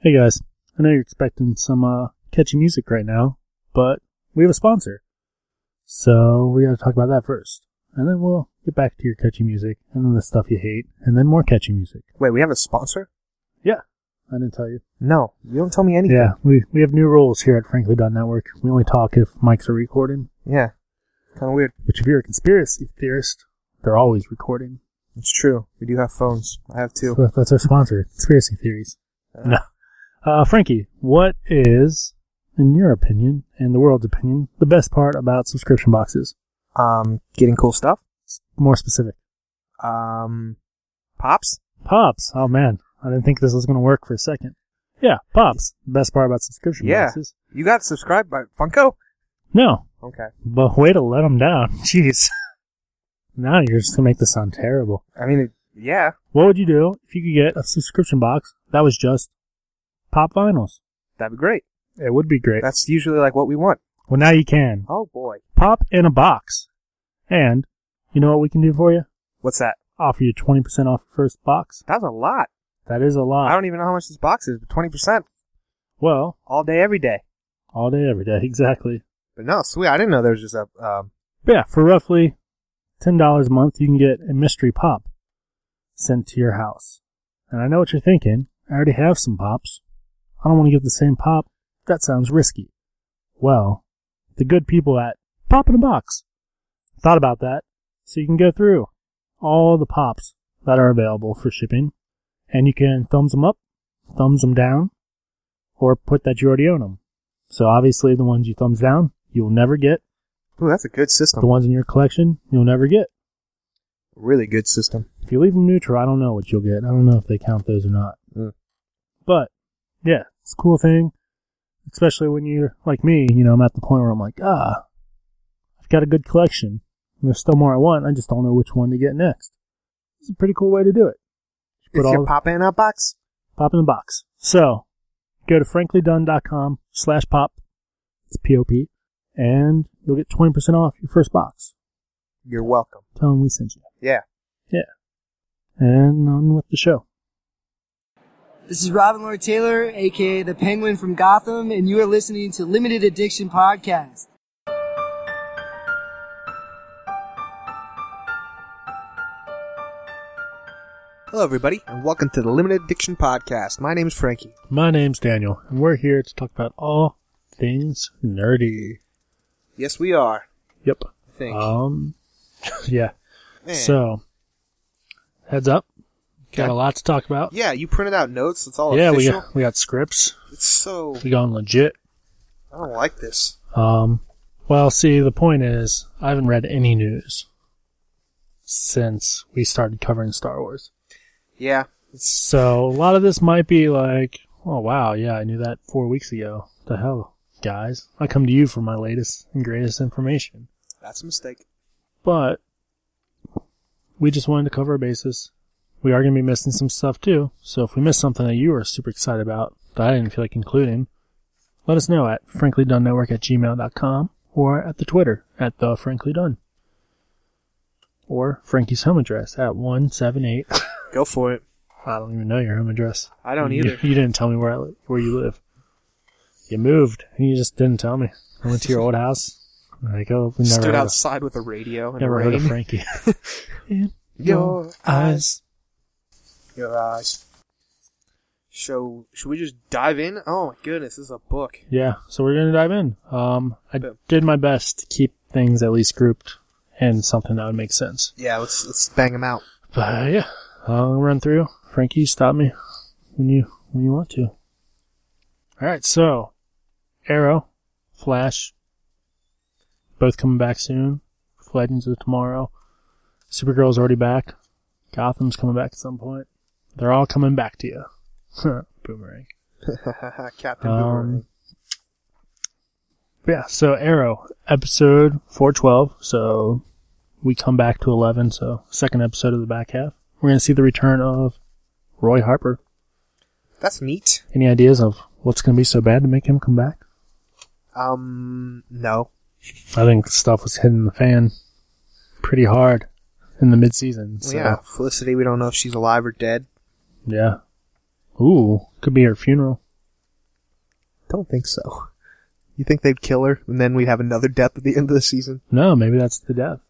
Hey guys, I know you're expecting some uh, catchy music right now, but we have a sponsor. So we gotta talk about that first. And then we'll get back to your catchy music, and then the stuff you hate, and then more catchy music. Wait, we have a sponsor? Yeah, I didn't tell you. No, you don't tell me anything. Yeah, we, we have new rules here at Frankly Dot Network. We only talk if mics are recording, Yeah. Kind of weird. which if you're a conspiracy theorist, they're always recording. It's true. We do have phones. I have two. So that's our sponsor, Conspiracy Theories. No. Uh, Frankie, what is, in your opinion, and the world's opinion, the best part about subscription boxes? Um, getting cool stuff. More specific. Um, pops. Pops. Oh man, I didn't think this was going to work for a second. Yeah, pops. Best part about subscription Yeah. boxes. You got subscribed by Funko? No, Okay. but way to let them down. Jeez. now you're just going to make this sound terrible. I mean, it, yeah. What would you do if you could get a subscription box that was just pop vinyls? That'd be great. It would be great. That's usually like what we want. well, now you can. Oh boy. Pop in a box. And you know what we can do for you? What's that? Offer you 20% off your first box. That's a lot. That is a lot. I don't even know how much this box is, but 20% well, all day, every day. all day, every day. Exactly. But no, sweet. I didn't know there was just a, um, But yeah, for roughly ten dollars a month, you can get a mystery pop sent to your house. And I know what you're thinking. I already have some pops. I don't want to get the same pop. That sounds risky. Well, the good people at Pop in a Box thought about that, so you can go through all the pops that are available for shipping, and you can thumbs them up, thumbs them down, or put that you already own them. So obviously, the ones you thumbs down, you'll never get ooh, that's a good the system. ones in your collection you'll never get. Really good system. If you leave them neutral, I don't know what you'll get. I don't know if they count those or not. Mm. But yeah, it's a cool thing, especially when you're like me. You know, I'm at the point where I'm like, ah, I've got a good collection. And there's still more I want. I just don't know which one to get next. It's a pretty cool way to do it. Put If you all- pop in a box, Pop in the box. So go to franklydone.com slash pop. It's P O P, and you'll get 20% off your first box. you're welcome. Tell them we sent you. Yeah. And on with the show. This is Robin Lord Taylor, aka the Penguin from Gotham, and you are listening to Limited Addiction Podcast. Hello, everybody, and welcome to the Limited Addiction Podcast. My name's Frankie. My name's Daniel, and we're here to talk about all things nerdy. Yes, we are. Yep. I think. Um, yeah. Man. So, heads up, got Okay. a lot to talk about. yeah, you printed out notes. It's all yeah, we official. got, we got scripts. It's so We gone legit. I don't like this. Um, well, see, the point is, I haven't read any news since we started covering Star Wars. Yeah, it's So a lot of this might be like, oh wow, yeah, I knew that four weeks ago. The hell, guys, I come to you for my latest and greatest information. that's a mistake. But we just wanted to cover our bases. We are going to be missing some stuff too. So if we miss something that you were super excited about that I didn't feel like including, let us know at franklydonenetwork at gmail.com or at the Twitter at the Frankly Done. Or Frankie's home address at 178. Go for it. I don't even know your home address. I don't You- either. You, didn't tell me where I, li- where you live. You moved, and you just didn't tell me. I went to your old house. and Like, oh, we never Stood heard of- outside with a radio and Never a heard rain. of Frankie. In Your eyes. Your eyes. So, should we just dive in? Oh my goodness, this is a book. Yeah, so we're gonna dive in. Um, I Boom. did my best to keep things at least grouped and something that would make sense. Yeah, let's let's bang them out. But uh, yeah, I'll run through. Frankie, stop me when you when you want to. All right, so Arrow, Flash, both coming back soon. Legends of Tomorrow, Supergirl's already back. Gotham's coming back at some point. They're all coming back to you. Boomerang. Captain Um, Boomerang. Yeah, so Arrow, episode 412. So we come back to 11, so second episode of the back half. We're going to see the return of Roy Harper. That's neat. Any ideas of what's going to be so bad to make him come back? Um, no. I think stuff was hitting the fan pretty hard in the midseason. So, Yeah, Felicity. We don't know if she's alive or dead. yeah. Ooh, could be her funeral. Don't think so. You think they'd kill her, and then we'd have another death at the end of the season? No, maybe that's the death.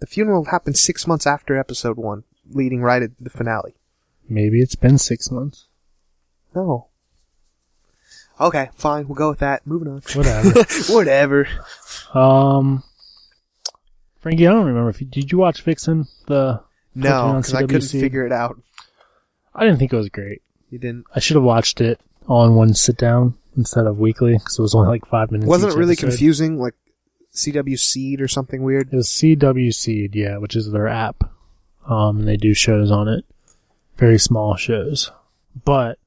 The funeral happened six months after episode one, leading right at the finale. Maybe it's been six months. No. Okay, fine. We'll go with that. Moving on. Whatever. Whatever. um, Frankie, I don't remember. If you, did you watch Vixen? The cartoon No, on because I couldn't CWC? figure it out. I didn't think it was great. You didn't. I should have watched it all in one sit down instead of weekly because it was only like five minutes. Wasn't each it really episode. confusing? Like CW Seed or something weird? It was CWC, yeah, which is their app. Um, and they do shows on it, very small shows. But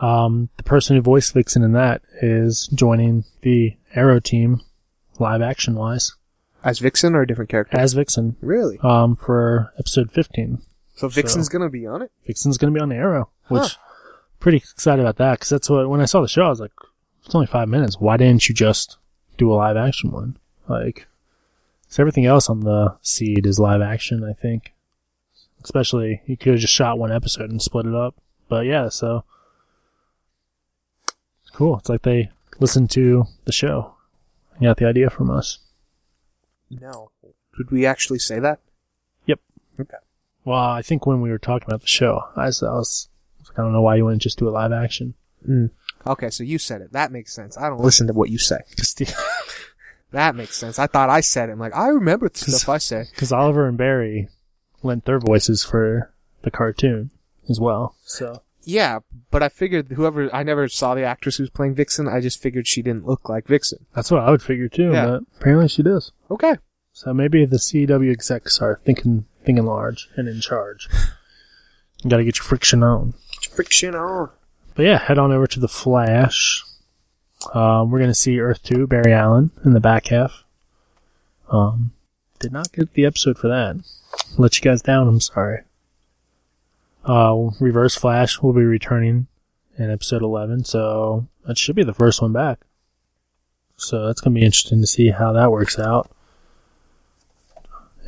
um, the person who voiced Vixen in that is joining the Arrow team, live action wise, As Vixen or a different character? as Vixen really? um, for episode 15. So Vixen's gonna be on it? Vixen's going to be on the Arrow, which Huh. pretty excited about that because that's what when I saw the show I was like, it's only five minutes. Why didn't you just do a live action one? Like, so everything else on the seed is live action, I think. Especially you could have just shot one episode and split it up. But yeah, so it's cool. It's like they listened to the show and got the idea from us. No. Did we actually say that? Yep. Okay. Well, I think when we were talking about the show, I was, I was like, I don't know why you wouldn't just do a live action. Okay, so you said it. That makes sense. I don't listen to what you say. 'Cause the- That makes sense. I thought I said it. I'm like, I remember the stuff I say. because Oliver and Barry lent their voices for the cartoon as well. So Yeah, but I figured whoever, I never saw the actress who's playing Vixen. I just figured she didn't look like Vixen. that's what I would figure too. Yeah. But apparently she does. Okay. So maybe the CW execs are thinking thinking large and in charge. you got to get your friction on. Friction on. But yeah, head on over to the Flash. Um, we're gonna see Earth Two, Barry Allen in the back half. Um, did not get the episode for that. Let you guys down. I'm sorry. Uh, Reverse Flash will be returning in episode 11, so that should be the first one back. So that's gonna be interesting to see how that works out.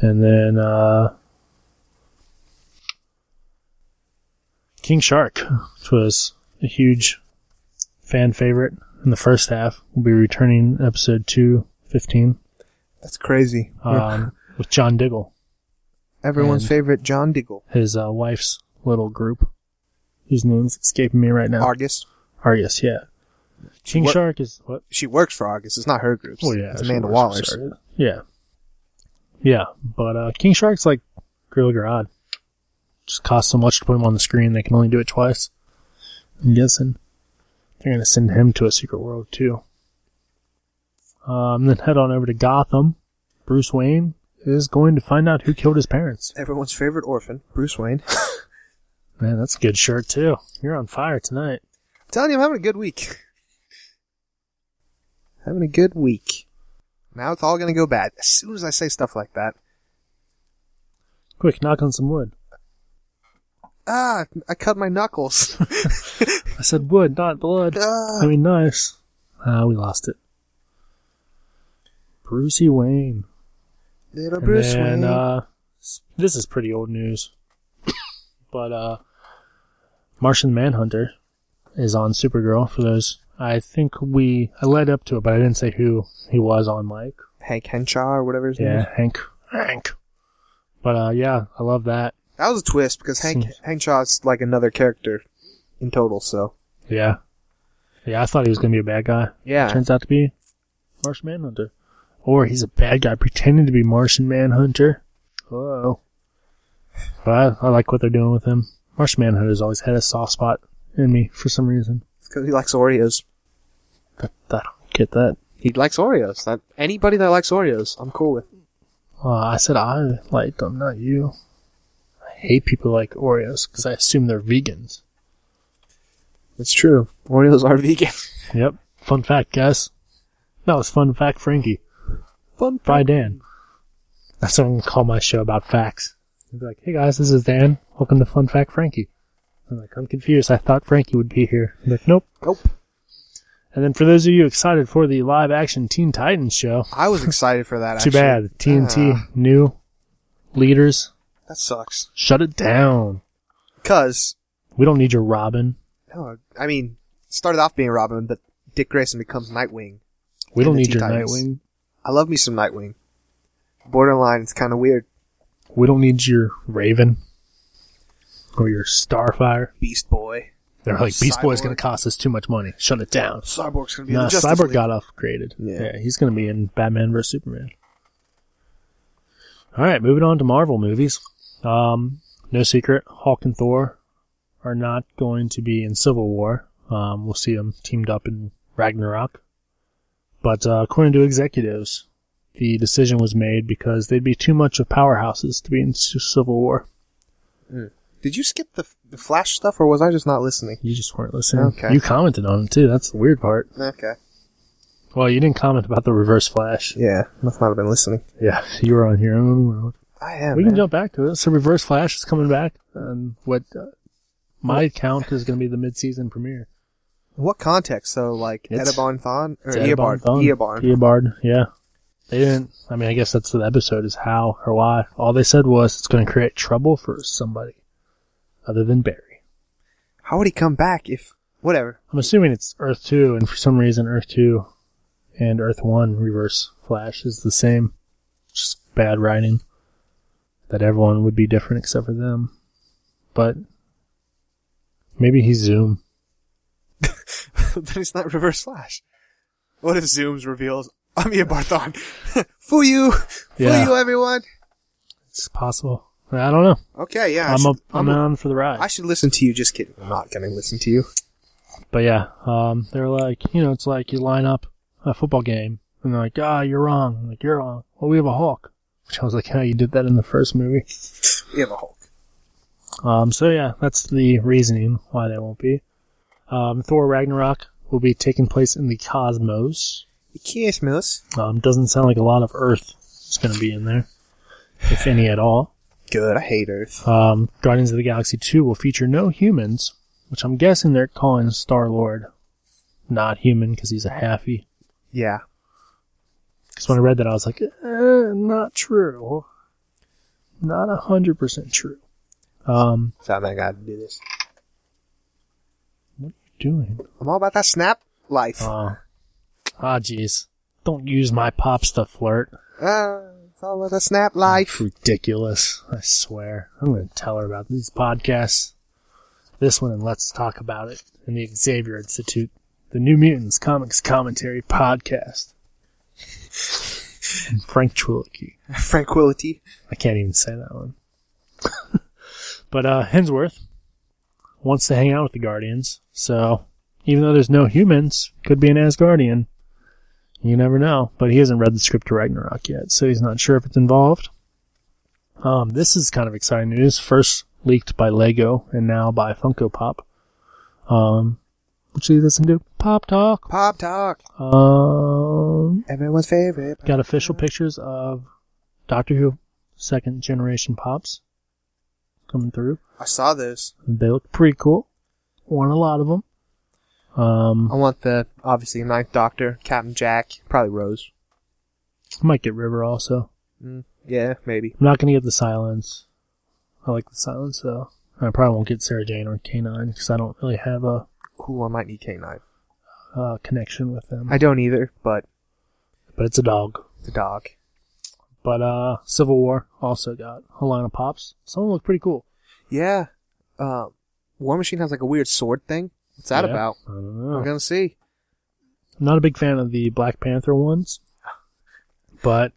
And then uh, King Shark, which was a huge fan favorite in the first half, will be returning in episode 215 That's crazy. um, with John Diggle, Everyone's and- favorite John Diggle. his uh, wife's little group, whose name's escaping me right now. Argus. Argus, yeah. King What- Shark is what? She works for Argus. It's not her group. Oh yeah, It's sure, Amanda sure, Waller's. sorry. Yeah, yeah, but uh, King Shark's like Gorilla Grodd. Just costs so much to put him on the screen; they can only do it twice. I'm guessing they're gonna send him to a secret world too. Um, then head on over to Gotham. Bruce Wayne is going to find out who killed his parents. Everyone's favorite orphan, Bruce Wayne. Man, that's a good shirt too. You're on fire tonight. telling you, I'm having a good week. Having a good week. Now it's all gonna go bad as soon as I say stuff like that. Quick, knock on some wood. Ah, I cut my knuckles. I said wood, not blood. I ah. mean, nice. Ah, we lost it. Brucey Wayne. Little Bruce and then, Wayne. Uh, s- this is pretty old news. but uh, Martian Manhunter is on Supergirl for those. I think we. I led up to it, but I didn't say who he was on Mike. Hank Henshaw or whatever his name is. Yeah, Hank. Hank. But uh, yeah, I love that. That was a twist because Hank Seems- Henshaw's like another character in total, so. Yeah. Yeah, I thought he was going to be a bad guy. Yeah. turns out to be Martian Manhunter. Or he's a bad guy pretending to be Martian Manhunter. Whoa. But I, I like what they're doing with him. Martian Manhunter's always had a soft spot in me for some reason. Because he likes Oreos. That, I don't get that. He likes Oreos. That anybody that likes Oreos, I'm cool with. Uh, I said I liked them, not you. I hate people like Oreos because I assume they're vegans. It's true. Oreos are vegan. Yep. Fun fact, guys. That was fun fact, Frankie. Fun by Dan. That's what I'm gonna call my show about facts. I'd be like, hey guys, this is Dan. Welcome to Fun Fact Frankie. I'm like, I'm confused. I thought Frankie would be here. I'm like, nope. Nope. And then for those of you excited for the live action Teen Titans show, I was excited for that. too actually. bad. TNT Ah, new leaders that sucks. shut it down. Cause We don't need your Robin. no, I mean started off being Robin, but Dick Grayson becomes Nightwing. We And don't the need Teen your Titans. Nightwing. I love me some Nightwing. Borderline, it's kind of weird. We don't need your Raven or your Starfire. Beast Boy. They're like Beast Boy's Cyborg. going to cost us too much money. Shut it down. Cyborg's gonna be in Nah, the Justice Cyborg League. got off graded. Yeah. yeah he's going to be in Batman vs Superman. All right, moving on to Marvel movies. Um, no secret, Hulk and Thor are not going to be in Civil War. Um, we'll see them teamed up in Ragnarok. But uh, according to executives, the decision was made because they'd be too much of powerhouses to be in s- Civil War. Did you skip the the Flash stuff, or was I just not listening? You just weren't listening. Okay. You commented on it too. That's the weird part. Okay. Well, you didn't comment about the Reverse Flash. Yeah, must not have been listening. Yeah, you were on your own world. I am. we man. can jump back to it. So Reverse Flash is coming back, and what uh, my count is going to be the mid-season premiere. In what context? So like It's- Edaban Thon or It's Eobard Eobard. Thawne. Eobard. Eobard, yeah. They didn't. I mean, I guess that's the episode is how or why. All they said was it's going to create trouble for somebody other than Barry. How would he come back if whatever? I'm assuming it's Earth Two, and for some reason Earth Two and Earth One Reverse Flash is the same. Just bad writing. That everyone would be different except for them. But maybe he's Zoom. then it's not Reverse Flash. What if Zooms reveals I'm Eobard Thon? Fool you! Fool Yeah. you, everyone! It's possible. I don't know. Okay, yeah. I I'm should, up. I'm, a- on for the ride. I should listen to you. Just kidding. I'm not gonna listen to you. but yeah, um, they're like, you know, it's like you line up a football game, and they're like, ah, you're wrong. I'm like you're wrong. Well, we have a Hulk. Which I was like, how you did that in the first movie. You have a Hulk. Um, so yeah, that's the reasoning why they won't be. Um, Thor Ragnarok will be taking place in the cosmos. Yes, Miss. Um, doesn't sound like a lot of Earth is going to be in there, if any at all. Good. I hate Earth. Um, Guardians of the Galaxy 2 will feature no humans, which I'm guessing they're calling Star Lord not human because he's a halfie. Yeah. Because when I read that, I was like, eh, not true. Not 100% true. Um, So I gotta do this. doing. I'm all about that snap life. Oh. Ah, jeez. Don't use my pops to flirt. Ah, it's all about that snap life. Ridiculous. I swear. I'm going to tell her about these podcasts. This one and Let's Talk About It in the Xavier Institute, the New Mutants Comics Commentary Podcast. And Frank Trulicki. Tranquility. I can't even say that one. but uh, Hensworth wants to hang out with the Guardians, so even though there's no humans, could be an Asgardian. You never know. But he hasn't read the script to Ragnarok yet, so he's not sure if it's involved. Um, this is kind of exciting news. First leaked by Lego and now by Funko Pop. Um, which leads us into Pop Talk. Pop talk. Um, Everyone's favorite. Got official pictures of Doctor Who second generation pops coming through. I saw this. They look pretty cool. Want a lot of them. Um, I want the obviously Ninth Doctor, Captain Jack, probably Rose. I might get River also. Mm, yeah, maybe. I'm not gonna get the silence. I like the silence though. I probably won't get Sarah Jane or K9 because I don't really have a, Ooh, I might need K9. uh connection with them. I don't either, but but it's a dog. the dog. But uh, Civil War also got a line of pops. Some of them look pretty cool. Yeah. Uh, War Machine has like a weird sword thing. What's that Yeah. about? I don't know. We're gonna see. I'm not a big fan of the Black Panther ones, but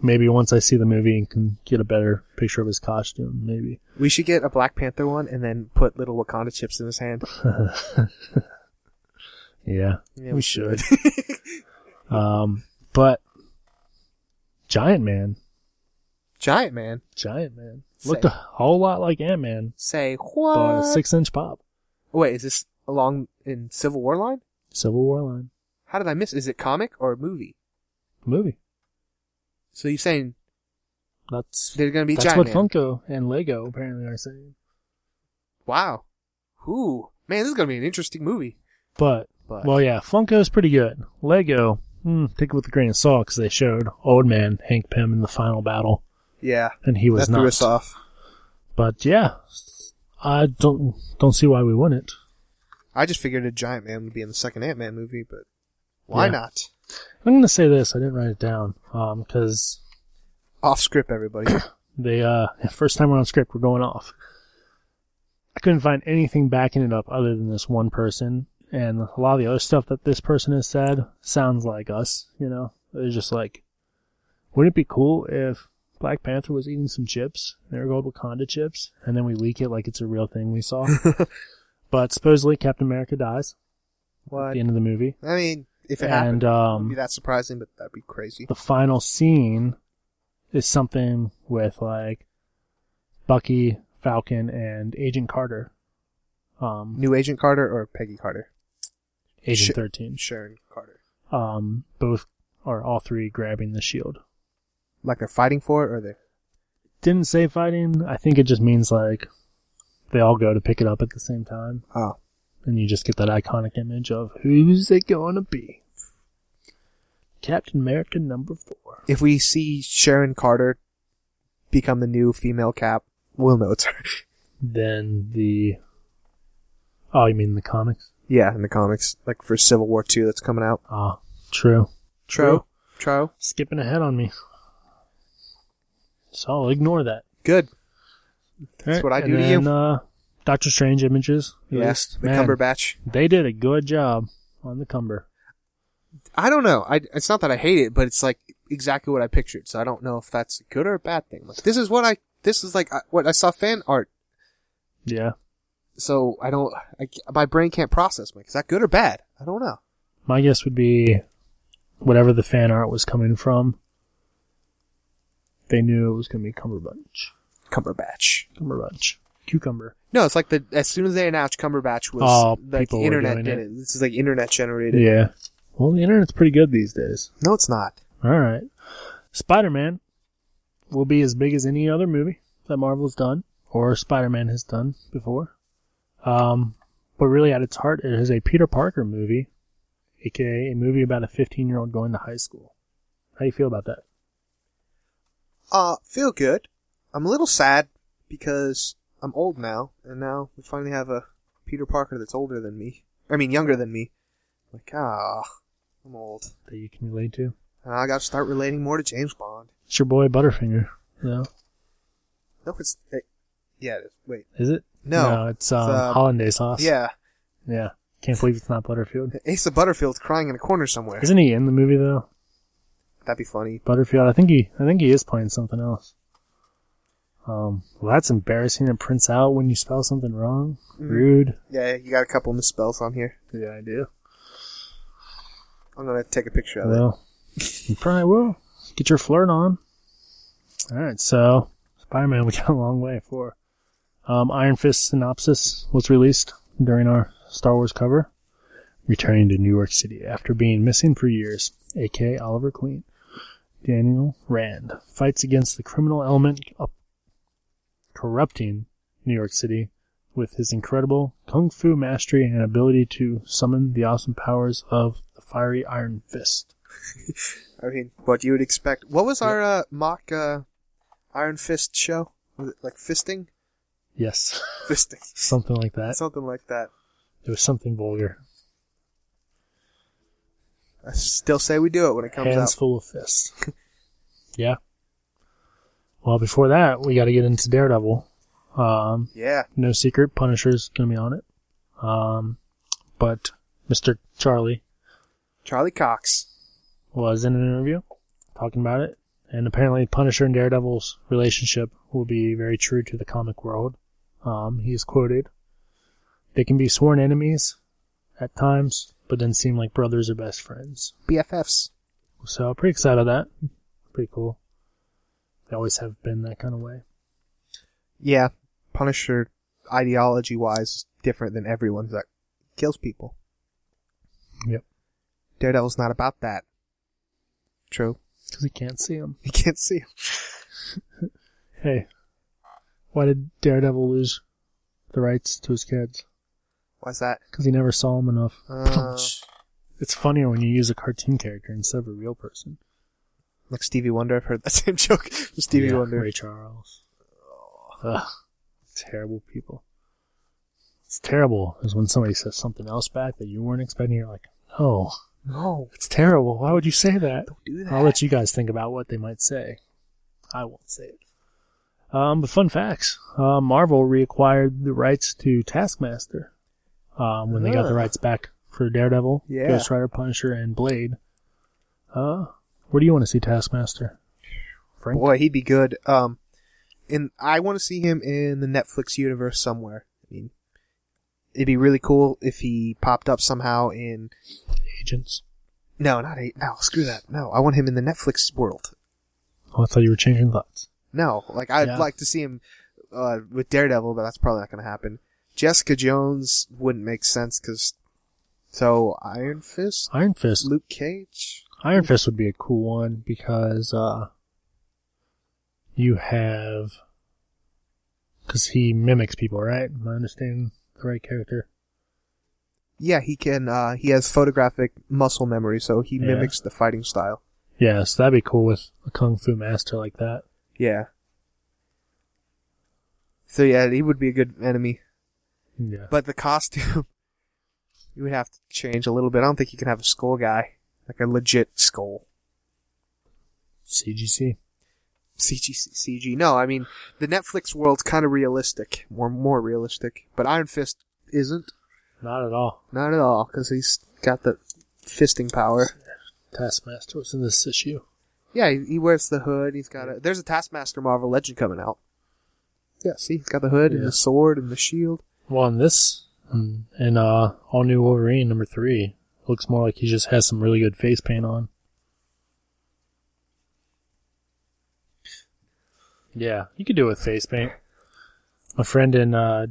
maybe once I see the movie and can get a better picture of his costume, maybe. We should get a Black Panther one and then put little Wakanda chips in his hand. Yeah, Yeah, we should. um, but Giant Man, Giant man. Giant Man Say- looked a whole lot like Ant Man, Say but what? Oh, a six-inch pop. Wait, is this along in Civil War line? Civil War line How did I miss? Is it comic or movie? movie. So you're saying That's they're gonna be that's Giant what Man? Funko and Lego apparently are saying. Wow. Ooh, man, this is gonna be an interesting movie. But But Well, yeah, Funko's pretty good. Lego, hmm, take it with a grain of salt because they showed old man Hank Pym in the final battle, yeah, and he was that threw us not. off. But yeah, I don't don't see why we wouldn't. I just figured a giant man would be in the second Ant Man movie, but why Yeah. not? I'm gonna say this. I didn't write it down um, because Off script, everybody. they uh first time we're on script, we're going off. I couldn't find anything backing it up other than this one person, and a lot of the other stuff that this person has said sounds like us. You know, it's just like, wouldn't it be cool if Black Panther was eating some chips? They were called Wakanda chips, and then we leak it like it's a real thing we saw. but supposedly Captain America dies at what? the end of the movie, I mean, if it and happened, um, it would be that surprising, but that'd be crazy. the final scene is something with like Bucky, Falcon, and Agent Carter. Um, New Agent Carter or Peggy Carter? Agent Sh- 13. Sharon Carter. Um, both or all three grabbing the shield. Like they're fighting for it, or they? Didn't say fighting. I think it just means like they all go to pick it up at the same time. Oh, And you just get that iconic image of who's it going to be? Captain America number four. if we see Sharon Carter become the new female Cap, we'll know it's her. Then the. Oh, you mean the comics? yeah, in the comics, like for Civil War Two that's coming out. Ah, true. Tro, tro, skipping ahead on me. So I'll ignore that. good. That's what I do to then, you. Uh, Doctor Strange images. Yes, the Man, Cumberbatch. They did a good job on the Cumber. I don't know. I, it's not that I hate it, but it's like exactly what I pictured. So I don't know if that's a good or a bad thing. Like, this is what I. This is like I, what I saw fan art. Yeah. So I don't. I, ca- my brain can't process. Like, is that good or bad? I don't know. My guess would be whatever the fan art was coming from, they knew it was going to be Cumberbunch. Cumberbatch. Cumberbunch. Cucumber. No, it's like the as soon as they announced Cumberbatch was Oh, like people the were internet doing did it. it. This is like internet generated. Yeah. Well, the internet's pretty good these days. No, it's not. All right. Spider Man will be as big as any other movie that Marvel's done or Spider Man has done before. Um, but really, at its heart, it is a Peter Parker movie, aka a movie about a 15 year old going to high school. How do you feel about that? Uh, feel good. I'm a little sad because I'm old now, and now we finally have a Peter Parker that's older than me. I mean, younger than me. Like, ah, I'm old. That you can relate to? And I gotta start relating more to James Bond. It's your boy Butterfinger. No, No, it's it, yeah. It is. Wait, is it? no, it's, um, uh, hollandaise sauce. yeah. yeah. Can't believe it's not Butterfield. Asa Butterfield's crying in a corner somewhere. Isn't he in the movie though? That'd be funny. Butterfield. I think he I think he is playing something else. Um, well, that's embarrassing to Prince out when you spell something wrong. Rude. Yeah, you got a couple misspells on here. Mm-hmm. Yeah, I do. I'm gonna take a picture of it. Well, you probably will. Get your flirt on. All right, so Spider-Man, we got a long way for. Um, Iron Fist synopsis was released during our Star Wars cover. Returning to New York City after being missing for years, A.K. Oliver Queen, Daniel Rand fights against the criminal element up corrupting New York City with his incredible kung fu mastery and ability to summon the awesome powers of the fiery Iron Fist. I mean, what you would expect. What was our uh, mock uh, Iron Fist show? Was it like fisting? Yes, Fisting. something like that. Something like that. It was something vulgar. I still say we do it when it comes Hands out. full of fists. yeah. Well, before that, we got to get into Daredevil. Um, Yeah. no secret, Punisher's gonna be on it. Um, but Mr. Charlie Charlie Cox. was in an interview talking about it, and apparently Punisher and Daredevil's relationship will be very true to the comic world. Um, he is quoted, "They can be sworn enemies at times, but then seem like brothers or best friends." BFFs. So pretty excited of that. Pretty cool. They always have been that kind of way. Yeah. Punisher, ideology wise, different than everyone that kills people. Yep. Daredevil's not about that. True. Because you can't see them. You can't see him. Hey, why did Daredevil lose the rights to his kids? Why's that? Because he never saw them enough. Uh. it's funnier when you use a cartoon character instead of a real person. Like Stevie Wonder. I've heard that same joke from Stevie Yeah, Wonder. Ray Charles. Ugh, terrible people. It's terrible is when somebody says something else back that you weren't expecting. You're like, no, No, it's terrible. Why would you say that? don't do that. I'll let you guys think about what they might say. I won't say it. Um, but fun facts: uh, Marvel reacquired the rights to Taskmaster um, when they got the Ah. rights back for Daredevil, Yeah. Ghost Rider, Punisher, and Blade. Uh, where do you want to see Taskmaster? Frank, Boy, he'd be good. Um, and I want to see him in the Netflix universe somewhere. I mean, it'd be really cool if he popped up somehow in. agents. No, not eight. No, screw that. No, I want him in the Netflix world. Oh, I thought you were changing thoughts. No, like I'd Yeah. like to see him uh, with Daredevil, but that's probably not going to happen. Jessica Jones wouldn't make sense because. So Iron Fist, Iron Fist. Luke Cage. Iron Fist would be a cool one because uh, you have because he mimics people, right? Am I understanding the right character? Yeah, he can. Uh, he has photographic muscle memory, so he Yeah. mimics the fighting style. Yeah, so that'd be cool with a kung fu master like that. Yeah. So yeah, he would be a good enemy, Yeah, but the costume you would have to change a little bit. I don't think you can have a skull guy, like a legit skull. CGC. CG, CG. No, I mean the Netflix world's kind of realistic, more more realistic. But Iron Fist isn't, Not at all. not at all, because he's got the fisting power. Taskmaster was in this issue. Yeah, he, he wears the hood. He's got a. There's a Taskmaster Marvel Legend coming out. Yeah, see, he's got the hood and Yeah. the sword and the shield. Well, in this and, and uh, all new Wolverine number three looks more like he just has some really good face paint on. Yeah, you could do it with face paint. My friend in uh,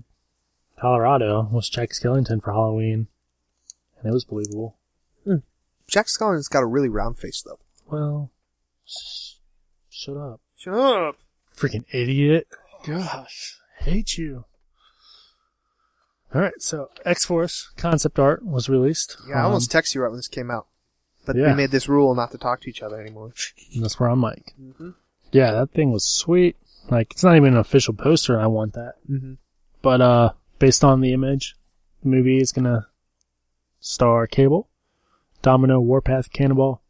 Colorado was Jack Skellington for Halloween, and it was believable. Jack Skellington's got a really round face though. Well, sh- shut up. Shut up. Freaking idiot. Gosh, hate you. All right, so X Force concept art was released. Yeah, I almost texted you right when this came out, but we Um, yeah. made this rule not to talk to each other anymore. And that's where I'm like, Mhm. yeah, that thing was sweet. Like, it's not even an official poster. and I want that. Mm-hmm. But, uh, based on the image, the movie is gonna star Cable, Domino, Warpath, Cannonball,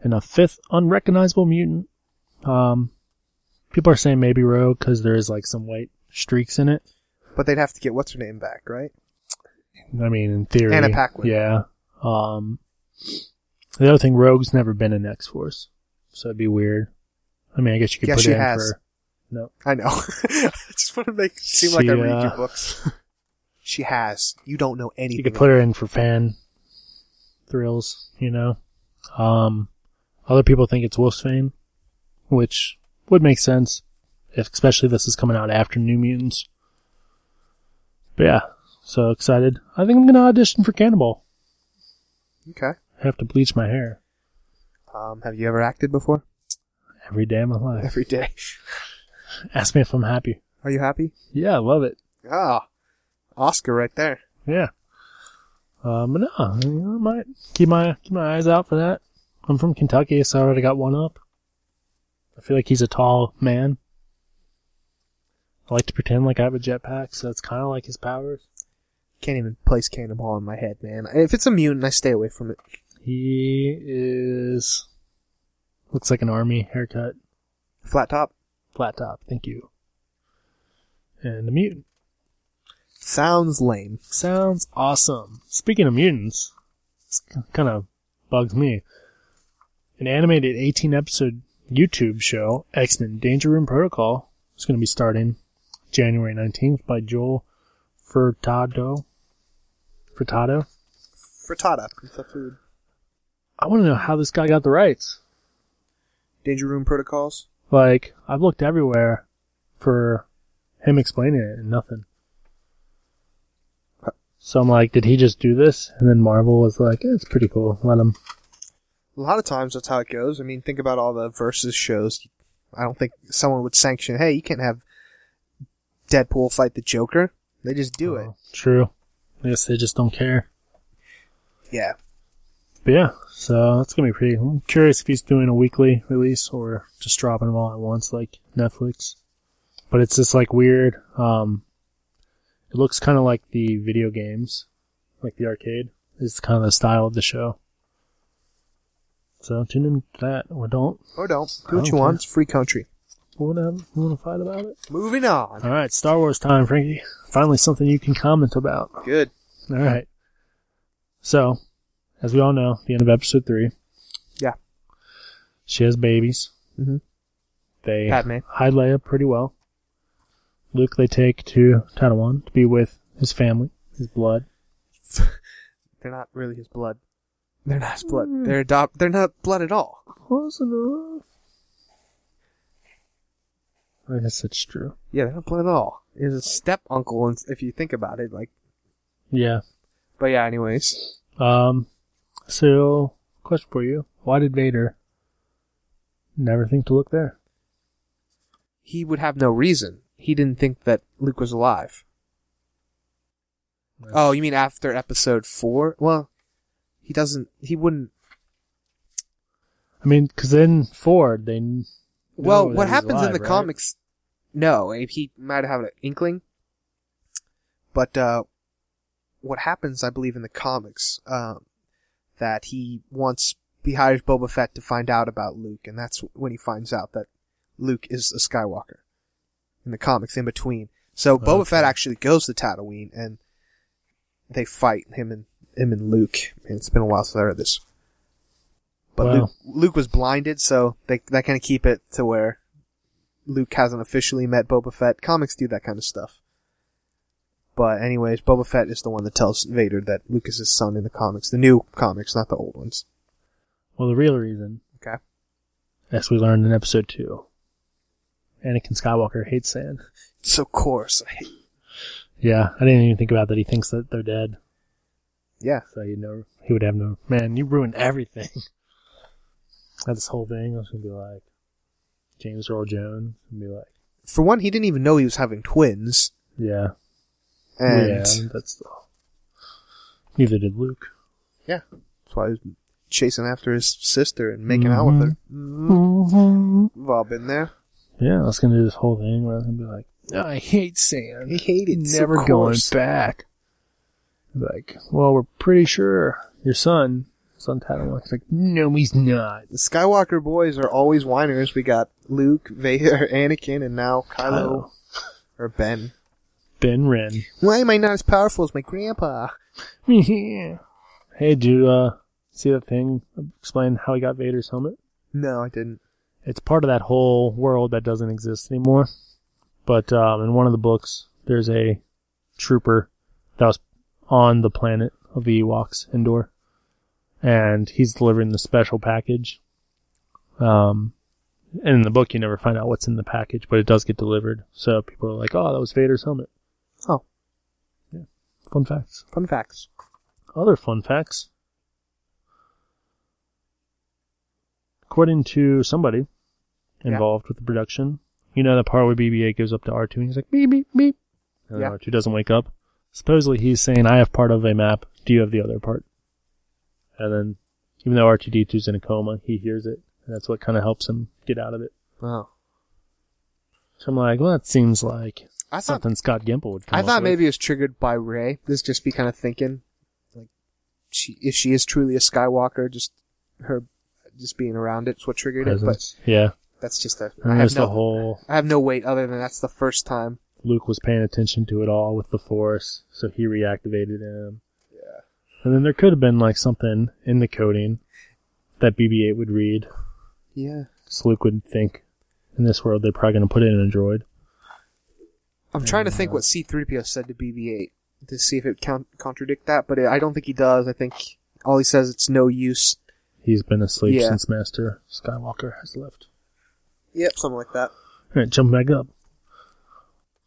and a fifth unrecognizable mutant. Um, people are saying maybe Rogue because there is like some white streaks in it. But they'd have to get what's her name back, right? I mean, in theory. Anna Paquin. Yeah. Um, the other thing, Rogue's never been in X Force, so it'd be weird. I mean, I guess you could Yeah, put she it in has. for. No, I know. I just want to make it seem like I She, read your uh, books. She has. You don't know anything. you could put her in for fan thrills, you know. Um, other people think it's Wolfsbane, which would make sense, if, especially this is coming out after New Mutants. But yeah, so excited. I think I'm gonna audition for Cannibal. Okay. I have to bleach my hair Um, have you ever acted before? every day of my life. Every day. Ask me if I'm happy. Are you happy? Yeah, I love it. Ah, Oscar right there. Yeah. Um, but no, I mean, I might keep my keep my eyes out for that. I'm from Kentucky, so I already got one up. I feel like he's a tall man. I like to pretend like I have a jetpack, so that's kind of like his powers. Can't even place Cannonball in my head, man. If it's a mutant, I stay away from it. He is looks like an army haircut, Flat top. flat top. Thank you. And a mutant Sounds lame. sounds awesome. Speaking of mutants, this kind of bugs me. An animated 18 episode YouTube show, X Men Danger Room Protocol, is going to be starting January 19th by Joel Furtado. Furtado? Frittata. It's a food. I want to know how this guy got the rights. Danger room protocols. Like, I've looked everywhere for him explaining it and nothing. So I'm like, did he just do this? And then Marvel was like, eh, it's pretty cool. Let him A lot of times that's how it goes. I mean, think about all the versus shows. I don't think someone would sanction, hey, you can't have Deadpool fight the Joker. They just do it. Oh, True. I guess they just don't care. Yeah. But yeah, so that's gonna be pretty. I'm curious if he's doing a weekly release or just dropping them all at once like Netflix. But it's this like weird. Um, it It looks kind of like the video games, like the arcade. It's kind of the style of the show. So tune in to that or don't. Or don't. I Do what don't you want. care. It's free country. Whatever. You want to fight about it? Moving on. All right, Star Wars time, Frankie. Finally, something you can comment about. Good. All right. So, as we all know, the end of episode three, Yeah. she has babies. Mhm. They Padme. hide Leia pretty well. Luke they take to Tatooine to be with his family, his blood. They're not really his blood. They're not his blood. They're adopt. They're not blood at all. Close enough. I guess that's true. Yeah, they're not blood at all. He's a step uncle, and if you think about it, like. Yeah. But yeah, anyways, Um. So, question for you: Why did Vader never think to look there? he would have no reason. He didn't think that Luke was alive. Oh, you mean after episode four? Well, he doesn't. He wouldn't. I mean, because then Ford they. knew Well, that what he was happens in alive, the right? comics? No, eh, he might have had an inkling. But uh, what happens, I believe, in the comics, um, that he wants he hires Boba Fett to find out about Luke, and that's when he finds out that Luke is a Skywalker. In the comics, in between, so Boba Okay. Fett actually goes to Tatooine, and they fight him and him and Luke. Man, it's been a while since I read this. But Wow. Luke, Luke was blinded, so they that kind of keep it to where Luke hasn't officially met Boba Fett. Comics do that kind of stuff. But anyways, Boba Fett is the one that tells Vader that Luke is his son in the comics, the new comics, not the old ones. Well, the real reason, Okay. as we learned in episode two, Anakin Skywalker hates sand. So coarse. I hate- Yeah, I didn't even think about that. He thinks that they're dead, Yeah. so you know he would have no. Man, you ruined everything. this whole thing, I was gonna be like James Earl Jones, and be like, For one, he didn't even know he was having twins, yeah, and yeah, that's the. Neither did Luke. yeah, that's why he was chasing after his sister and making out Mm-hmm. with her. We've all been there. Yeah, I was gonna do this whole thing where I was gonna be like, I hate sand. He hated it, so never going coarse. back. Like, well, we're pretty sure your son is on Tatooine. He's like, no, he's not. The Skywalker boys are always whiners. We got Luke, Vader, Anakin, and now Kylo Kylo. or Ben. Ben Wren. Why am I not as powerful as my grandpa? hey, did you uh, see that thing? Explain how he got Vader's helmet. No, I didn't. It's part of that whole world that doesn't exist anymore. But um, in one of the books, there's a trooper that was on the planet of the Ewoks, Endor, and he's delivering the special package. Um, and in the book, you never find out what's in the package, but it does get delivered. So people are like, "Oh, that was Vader's helmet." Oh, Fun facts. fun facts. Other fun facts. According to somebody Yeah. involved with the production, you know that part where BB-8 gives up to R2 and he's like beep beep beep, and Yeah. R2 doesn't wake up. Supposedly he's saying, "I have part of a map. Do you have the other part?" And then, even though R2D2's in a coma, he hears it, and that's what kind of helps him get out of it. Oh, So I'm like, well, that seems like I thought something Scott Gimple would come I up thought with. maybe it was triggered by Ray. This just be kind of thinking, like, she if she is truly a Skywalker, just her just being around it's what triggered it. Presence. yeah, But that's just a. I and have there's no. the whole I have no weight other than that's the first time. Luke was paying attention to it all with the Force, so he reactivated him. Yeah. And then there could have been like something in the coding that BB-8 would read, Yeah. so Luke would think, in this world they're probably going to put it in a droid. I'm trying to think what C3PO said to BB-8 to see if it count- contradict that, but I don't think he does. I think all he says it's no use. He's been asleep Yeah. since Master Skywalker has left. Yep, something like that. All right, jump back up.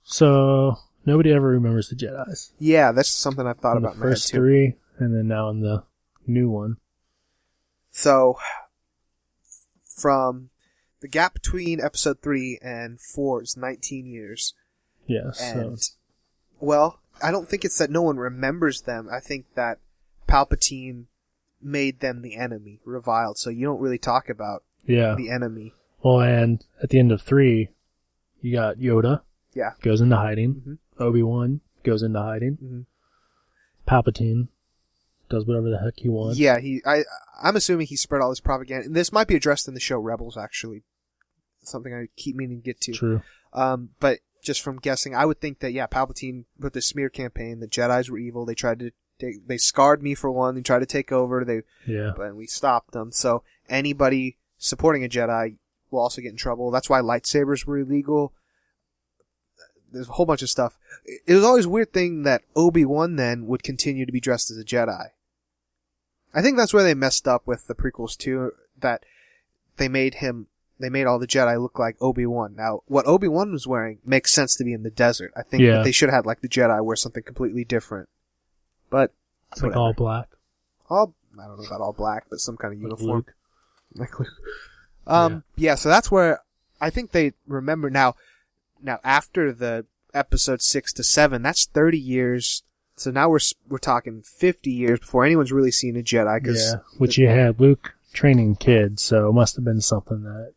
So nobody ever remembers the Jedi's. Yeah, that's something I've thought In about in the my head first too. three, and then now in the new one. So, from the gap between episode three and four is 19 years, Yeah. So and well, I don't think it's that no one remembers them. I think that Palpatine made them the enemy, reviled. So you don't really talk about yeah. the enemy. Well, and at the end of three, you got Yoda Yeah, goes into hiding. Mhm. Obi Wan goes into hiding. Mhm. Palpatine does whatever the heck he wants. Yeah, he. I. I'm assuming he spread all this propaganda, and this might be addressed in the show Rebels. Actually, something I keep meaning to get to. True. Um, but just from guessing, I would think that yeah, Palpatine with the smear campaign, the Jedi's were evil. They tried to. They, they scarred me for one. They tried to take over. They Yeah. but we stopped them. So anybody supporting a Jedi will also get in trouble. That's why lightsabers were illegal. There's a whole bunch of stuff. It it was always a weird thing that Obi Wan then would continue to be dressed as a Jedi. I think that's where they messed up with the prequels too. That they made him, they made all the Jedi look like Obi Wan. Now, what Obi Wan was wearing makes sense to be in the desert. I think Yeah. that they should have had like the Jedi wear something completely different. But It's like whatever. all black. all I don't know about all black, but some kind of Like uniform. Luke. Like Luke. Um, yeah. so that's where I think they remember now. Now after the episode six to seven, that's thirty years. So now we're s- we're talking fifty years before anyone's really seen a Jedi. Cause Yeah. Which you had Luke training kids, so it must have been something that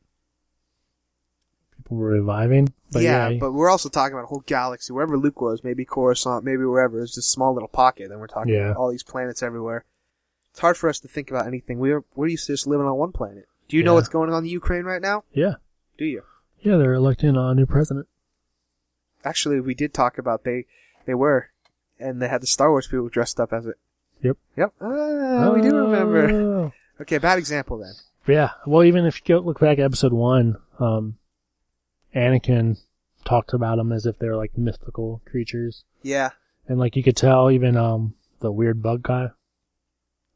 people were reviving. But yeah, yeah, but we're also talking about a whole galaxy. Wherever Luke was, maybe Coruscant, maybe wherever, it's just a small little pocket. Then we're talking Yeah. about all these planets everywhere. It's hard for us to think about anything. We're we're used to just living on one planet. Do you know Yeah. what's going on in the Ukraine right now? yeah, Do you? yeah, they're electing a new president. actually we did talk about they they were and they had the star wars people dressed up as it Yep. yep ah, we do remember Oh. okay bad example then Yeah. Well, even if you go look back at episode one, um, Anakin talked about them as if they're like mythical creatures. yeah And like you could tell even, um, the weird bug guy,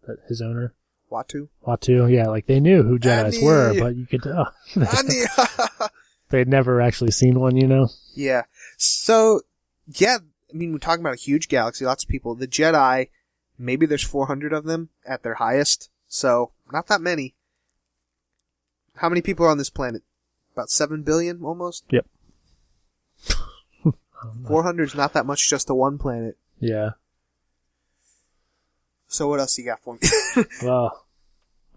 that his owner, watu Watu, yeah, like they knew who Jedi's Ani! were, but you could tell Anya! they'd never actually seen one, you know? yeah so yeah i mean we're talking about a huge galaxy lots of people the jedi maybe there's 400 of them at their highest so not that many how many people are on this planet about 7 billion almost Yep. 400 is not that much just to one planet Yeah. so what else you got for me Well,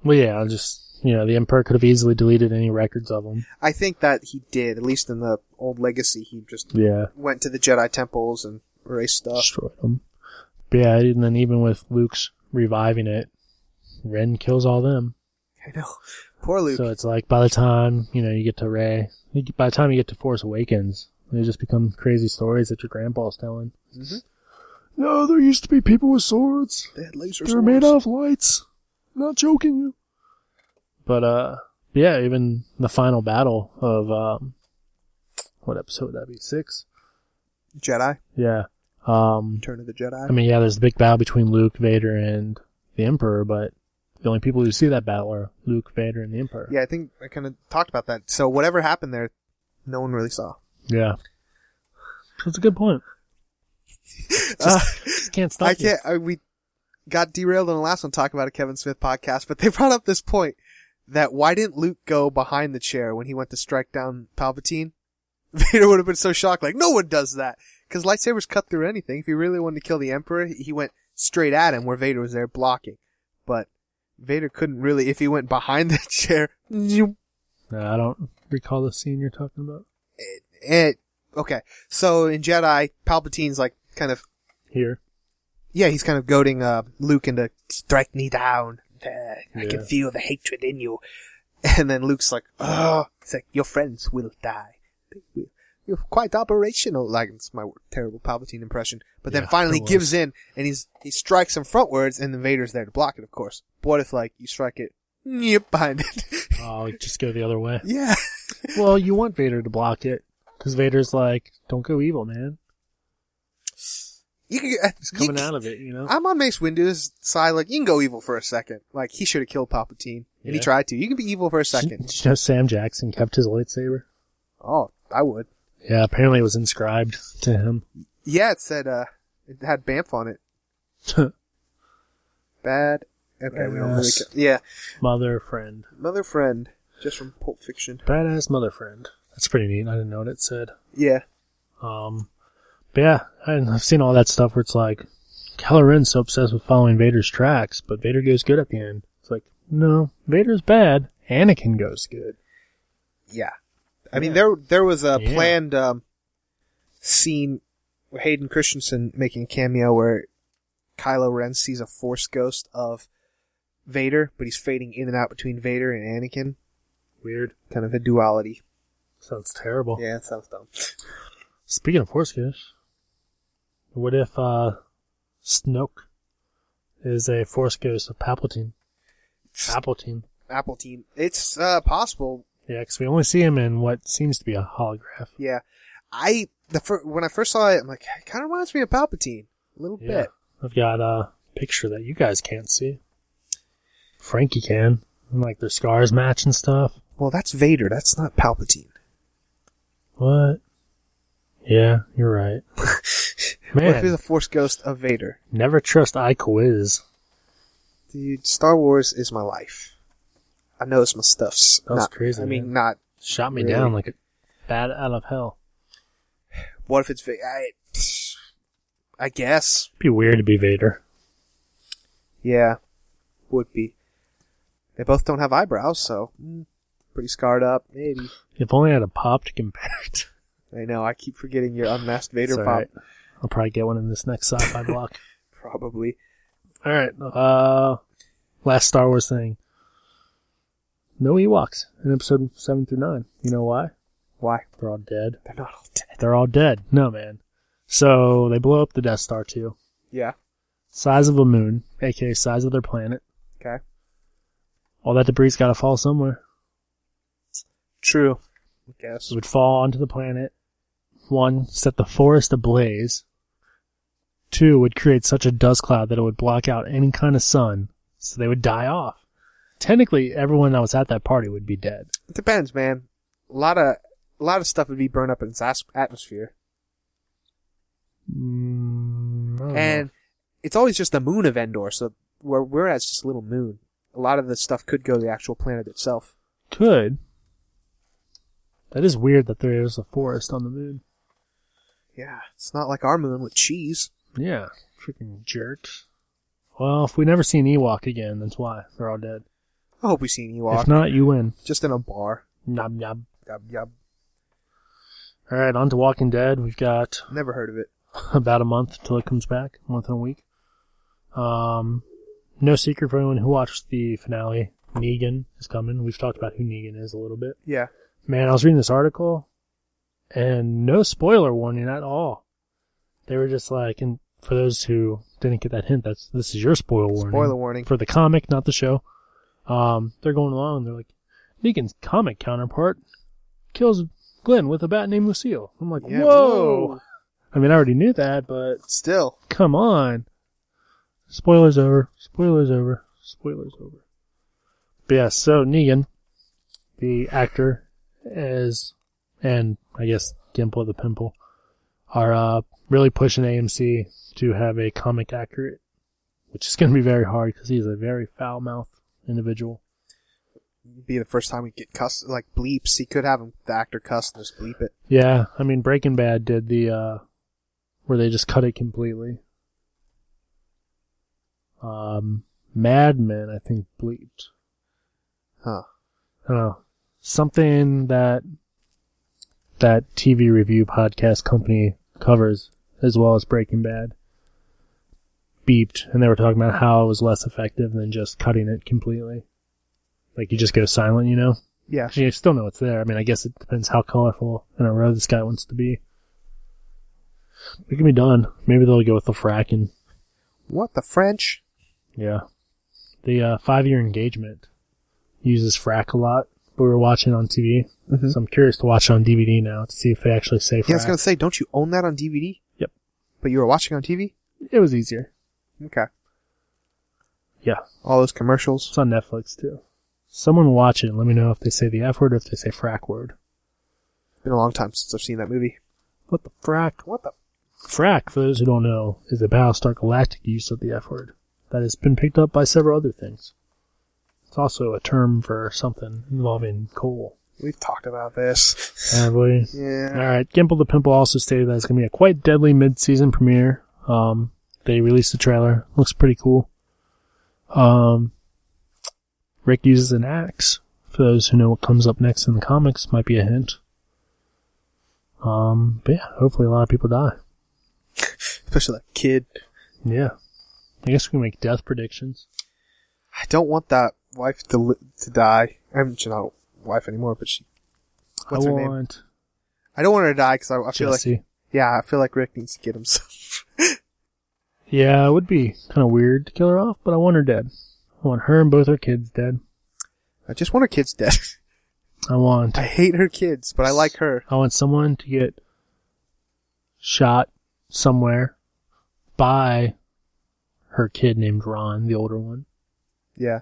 well, yeah, I'll just, you know, the Emperor could have easily deleted any records of them. I think that he did, at least in the old legacy, he just Yeah. went to the Jedi temples and erased stuff. destroyed them. But yeah, and then even with Luke's reviving it, Ren kills all them. I know. Poor Luke. So it's like by the time you know you get to Ray, by the time you get to Force Awakens, they just become crazy stories that your grandpa's telling. Mhm. No, there used to be people with swords. they had laser They were made out swords. of lights. Not joking you. But uh, yeah, even the final battle of um, what episode would that be? Six. Jedi. Yeah. Um, Return of the Jedi. I mean, yeah, there's a big battle between Luke, Vader, and the Emperor, but the only people who see that battle are Luke, Vader, and the Emperor. yeah, I think I kind of talked about that. So whatever happened there, no one really saw. Yeah. That's a good point. Ah, Uh, Just can't stop I you. can't. I, we got derailed on the last one talking about a Kevin Smith podcast, but they brought up this point that why didn't Luke go behind the chair when he went to strike down Palpatine? Vader would have been so shocked, like no one does that because lightsabers cut through anything. If he really wanted to kill the Emperor, he he went straight at him where Vader was there blocking, but Vader couldn't really if he went behind the chair. zoom, No, I don't recall the scene you're talking about. It, it eh, okay. So in Jedi, Palpatine's like kind of Here. Yeah, he's kind of goading uh, Luke into strike me down. Uh, I Yeah. can feel the hatred in you. And then Luke's like, oh, he's like, your friends will die. They will. You're quite operational. Like, it's my terrible Palpatine impression. But then Yeah, finally it gives in and he's, he strikes him frontwards and then Vader's there to block it, of course. But what if, like, you strike it, yep, behind it? Oh, like, just go the other way. yeah. well, you want Vader to block it, because Vader's like, don't go evil, man. You can, get- He's you coming can- out of it, you know? I'm on Mace Windu's side. Like, you can go evil for a second. Like, he should have killed Palpatine. And he Yeah. tried to. You can be evil for a Did, second. did you know Sam Jackson kept his lightsaber? Oh, I would. Yeah, apparently it was inscribed to him. Yeah, it said uh, it had Banff on it. Bad. Okay, we don't really. Yes. Ca- yeah, Mother friend. another friend just from Pulp Fiction. Badass mother friend. That's pretty neat. I didn't know what it said. Yeah, Um, but yeah, I, I've seen all that stuff where it's like, Kylo Ren's so obsessed with following Vader's tracks, but Vader goes good at the end. It's like, no, Vader's bad. Anakin goes good. yeah. I mean, Yeah. there there was a Yeah. planned um, scene or Hayden Christensen making a cameo where Kylo Ren sees a Force ghost of Vader, but he's fading in and out between Vader and Anakin. Weird. Kind of a duality. Sounds terrible. Yeah, that sounds dumb. Speaking of Force ghosts, what if uh, Snoke is a Force ghost of Palpatine? Palpatine. Apple team. It's uh, possible. Yeah, because we only see him in what seems to be a holograph. Yeah, I the fir- when I first saw it, I'm like, it kind of reminds me of Palpatine a little Yeah. bit. I've got a picture that you guys can't see. Frankie can. And, like their scars match and stuff. Well, that's Vader. That's not Palpatine. What? Yeah, you're right. What if Man, he's a Force ghost of Vader? never trust iQuiz. Dude, Star Wars is my life. I know it's my stuffs. That was Not- crazy, I mean, man. not. Shot me Really? down like a bat out of hell. What if it's Vader? I, I guess. Be weird to be Vader. Yeah, would be. They both don't have eyebrows, so mm, pretty scarred up. Maybe. If only I had a pop to compare it to. I know. I keep forgetting your unmasked Vader It's all pop. right. I'll probably get one in this next sci-fi block. Probably. All right. Uh, last Star Wars thing. No Ewoks in episode seven through nine. You know why? Why? They're all dead. They're not all dead. They're all dead. No man. So they blow up the Death Star too. Yeah. Size of a moon, aka size of their planet. Okay. All that debris got to fall somewhere. True. I So guess. it would fall onto the planet. One, set the forest ablaze. Two, would create such a dust cloud that it would block out any kind of sun, so they would die off. Technically, everyone that was at that party would be dead. It depends, man. A lot of a lot of stuff would be burned up in its as- atmosphere, Mm, I don't know. and it's always just the moon of Endor. So where we're at is just a little moon. A lot of the stuff could go to the actual planet itself. could. That is weird that there is a forest on the moon. Yeah, it's not like our moon with cheese. Yeah, freaking jerks. Well, if we never see an Ewok again, that's why they're all dead. I hope we see an Ewok If not, you win. just in a bar. Nom nom. Yub, yub. All right, on to Walking Dead. We've got Never heard of it. about a month till it comes back, a month and a week. Um, no secret for anyone who watched the finale. Negan is coming. We've talked about who Negan is a little bit. Yeah, Man, I was reading this article, and no spoiler warning at all. They were just like, and for those who didn't get that hint, that's this is your spoiler warning. Spoiler warning. for the comic, not the show. Um, they're going along. and They're like, Negan's comic counterpart kills Glenn with a bat named Lucille. I'm like, yeah. whoa. I mean, I already knew that, but Still, come on. Spoilers over. Spoilers over. Spoilers over. But yeah, so Negan, the actor, is, and I guess Gimple the Pimple, are uh, really pushing AMC to have a comic accurate, which is going to be very hard because he's a very foul mouthed individual. be the first time we get cuss like bleeps. He could have him, the actor cuss and just bleep it. Yeah, I mean Breaking Bad did the uh where they just cut it completely. Um Mad Men I think bleeped. Huh. I don't know. Something that that TV review podcast company covers as well as Breaking Bad beeped and they were talking about how it was less effective than just cutting it completely. Like you just go silent, you know? Yeah. You still know it's there. I mean, I guess it depends how colorful and a row this guy wants to be. It can be done. Maybe they'll go with the fracking. What the French? Yeah. The uh, five year engagement uses frack a lot. We were watching on TV, Mhm. so I'm curious to watch it on DVD now to see if they actually say frack. Yeah, I was gonna say, don't you own that on DVD? Yep. But you were watching on TV. It was easier. Okay. Yeah. All those commercials. It's on Netflix too. Someone watch it and let me know if they say the F word or if they say frack word. It's been a long time since I've seen that movie. What the frack? What the? Frack, for those who don't know, is the Battlestar Galactic use of the F word that has been picked up by several other things. It's also a term for something involving coal. We've talked about this. Have we? Yeah. All right. Gimple the Pimple also stated that it's going to be a quite deadly mid-season premiere. Um, they released the trailer. Looks pretty cool. Um, Rick uses an axe. For those who know what comes up next in the comics, might be a hint. Um, but yeah, hopefully a lot of people die. Especially that kid. Yeah. I guess we can make death predictions. I don't want that wife to li- to die. I mean, she's not a wife anymore, but she. What's I her name? want I don't want her to die because I, I feel Jesse. like yeah, I feel like Rick needs to get himself. Yeah, it would be kind of weird to kill her off, but I want her dead. I want her and both her kids dead. I just want her kids dead. I want I hate her kids, but I like her. I want someone to get shot somewhere by her kid named Ron, the older one. Yeah.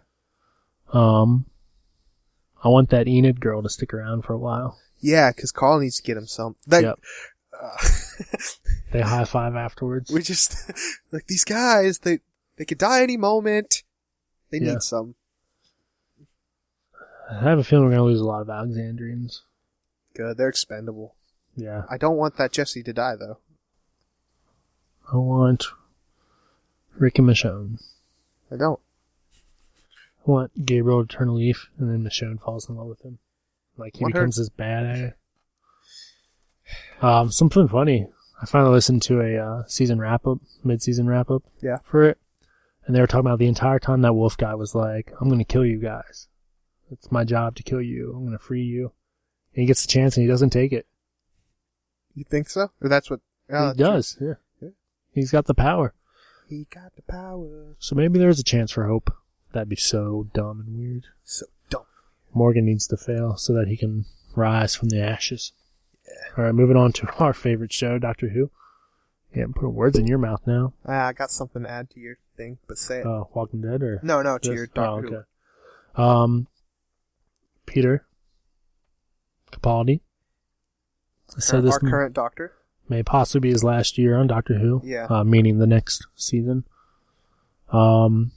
Um, I want that Enid girl to stick around for a while. Yeah, because Carl needs to get uh, him some. Like, yep. They high five afterwards. we just like these guys. They they could die any moment. They Yeah. need some. I have a feeling we're gonna lose a lot of Alexandrians. Good. They're expendable. Yeah. I don't want that Jesse to die though. I want Rick and Michonne. I don't. I want Gabriel to turn a leaf, and then Michonne falls in love with him. Like he Want her- becomes this bad guy. Um, something funny. I finally listened to a uh, season wrap up, mid season wrap up Yeah. for it, and they were talking about the entire time that Wolf guy was like, "I'm gonna kill you guys. It's my job to kill you. I'm gonna free you." And he gets the chance, and he doesn't take it. You think so? Or that's what oh, he does. Yeah. Yeah. He's got the power. He got the power. So maybe there's a chance for hope. That'd be so dumb and weird. So dumb. Morgan needs to fail so that he can rise from the ashes. All right, moving on to our favorite show, Doctor Who. Yeah, I'm putting words in your mouth now. Ah, I got something to add to your thing, but say it. Uh, Walking Dead or no, no, to this? your Doctor oh, okay. Um, Peter Capaldi. I Who. said this our current Doctor. may possibly be his last year on Doctor Who. Yeah. Uh, meaning the next season. Um,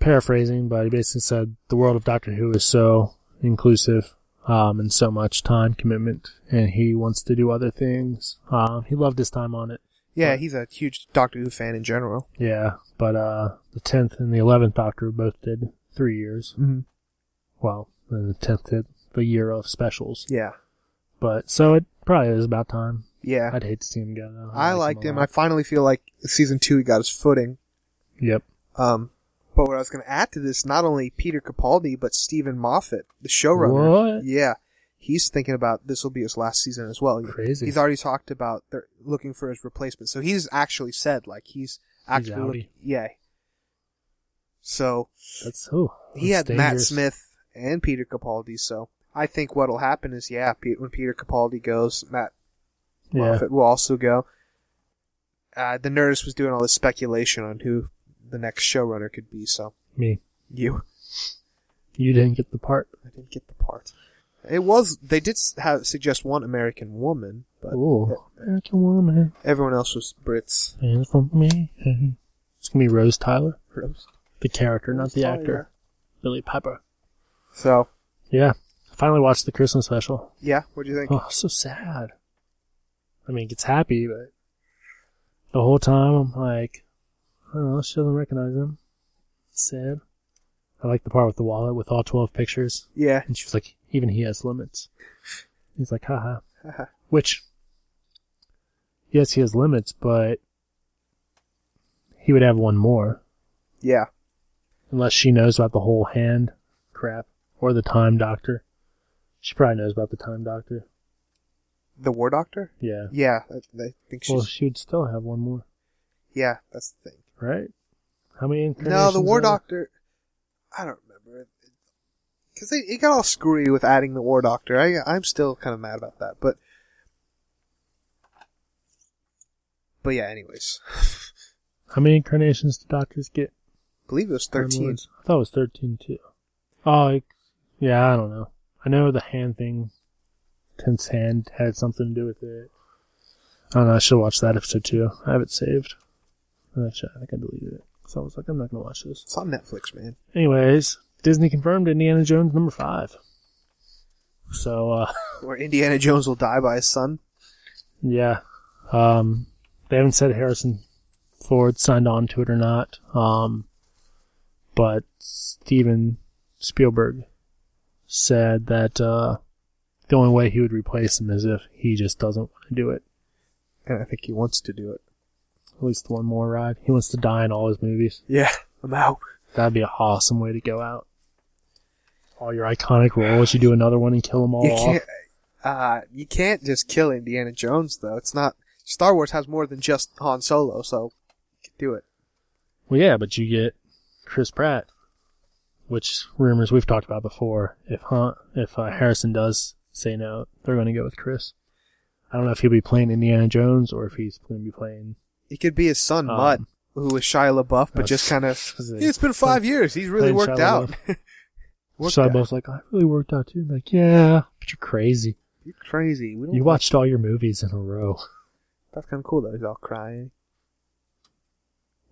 paraphrasing, but he basically said the world of Doctor Who is so inclusive, um, and so much time commitment, and he wants to do other things. Um, he loved his time on it. Yeah, he's a huge Doctor Who fan in general. Yeah, but uh, the tenth and the eleventh Doctor both did three years. Mm-hmm. Well, then the tenth did the year of specials. Yeah, But so it probably is about time. yeah. I'd hate to see him go. though. I, liked him. a I lot. finally feel like season two he got his footing. Yep. Um, but what I was going to add to this, not only Peter Capaldi but Stephen Moffat, the showrunner. What? Yeah, he's thinking about this will be his last season as well. Crazy. He's already talked about they're looking for his replacement, so he's actually said like he's actually outie. looking. Yeah. So That's who. he had Matt Smith and Peter Capaldi. So I think what'll happen is, yeah, Pe- when Peter Capaldi goes, Matt Yeah. Moffat will also go. Uh, the Nerdist was doing all this speculation on who the next showrunner could be. So Me. you, You didn't get the part. I didn't get the part. It was they did s- have, suggest one American woman, but Ooh. American woman. everyone else was Brits. And from me. It's gonna be Rose Tyler. Gross. The character, not the Oh, actor. Billy Piper. yeah. So Yeah. I finally watched the Christmas special. yeah, what do you think? Oh, so sad. I mean, it gets happy, but the whole time I'm like, I don't know, she doesn't recognize him. It's sad. I like the part with the wallet with all 12 pictures. Yeah, And she was like, even he has limits. He's like, haha. Which, yes, he has limits, but he would have one more. yeah, Unless she knows about the whole hand crap or the time doctor. She probably knows about the time doctor. the War Doctor. Yeah. Yeah, I, I think she's. Well, she would still have one more, yeah, that's the thing. right? How many No, incarnations? the War are there? Doctor. I don't remember. Because it, it got all screwy with adding the War Doctor. I, I'm still kind of mad about that. But. But yeah, anyways. How many incarnations do doctors get? I believe it was Time 13. Lords? I thought it was 13 too. Oh, it- yeah, I don't know. I know the hand thing, Tense Hand, had something to do with it. I don't know, I should watch that episode too. I have it saved. And Actually, I think I deleted it. So I was like, I'm not going to watch this. It's on Netflix, man. Anyways, Disney confirmed Indiana Jones number five. So, uh, Where Indiana Jones will die by his son. yeah. Um, they haven't said Harrison Ford signed on to it or not. Um, but Steven Spielberg said that uh, the only way he would replace him is if he just doesn't want to do it. and I think he wants to do it. At least one more ride. He wants to die in all his movies. Yeah, I'm out. That'd be a awesome way to go out. All your iconic roles, you do another one and kill them all You off. can't. Uh, you can't just kill Indiana Jones though. It's not Star Wars has more than just Han Solo, so you could do it. Well, yeah, but you get Chris Pratt, which rumors we've talked about before. If Hunt, if uh, Harrison does say no, they're going to go with Chris. I don't know if he'll be playing Indiana Jones or if he's going to be playing. It could be his son Um, Mutt, who was Shia LaBeouf, but uh, just kind of. was it- it's been five years. He's really playing worked Shia out. Worked So I out. both like I really worked out too. like yeah, but you're crazy. You're crazy. We don't You watched all your movies in a row. That's kind of cool though. He's all crying.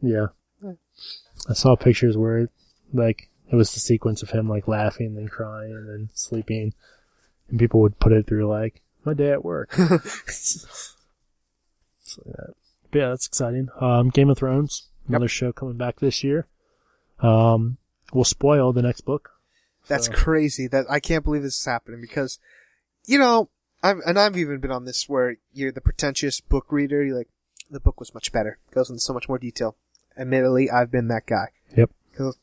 Yeah. Yeah. I saw pictures where, like, it was the sequence of him, like, laughing, then crying, and then sleeping. And people would put it through, like, my day at work. Stuff like that. But yeah, that's exciting. Um, Game of Thrones, another show coming back this year. Um, will spoil the next book. That's So- crazy. That I can't believe this is happening because, you know, I've and I've even been on this where you're the pretentious book reader. You're like, the book was much better. It goes into so much more detail. Admittedly, I've been that guy. Yep. 'Cause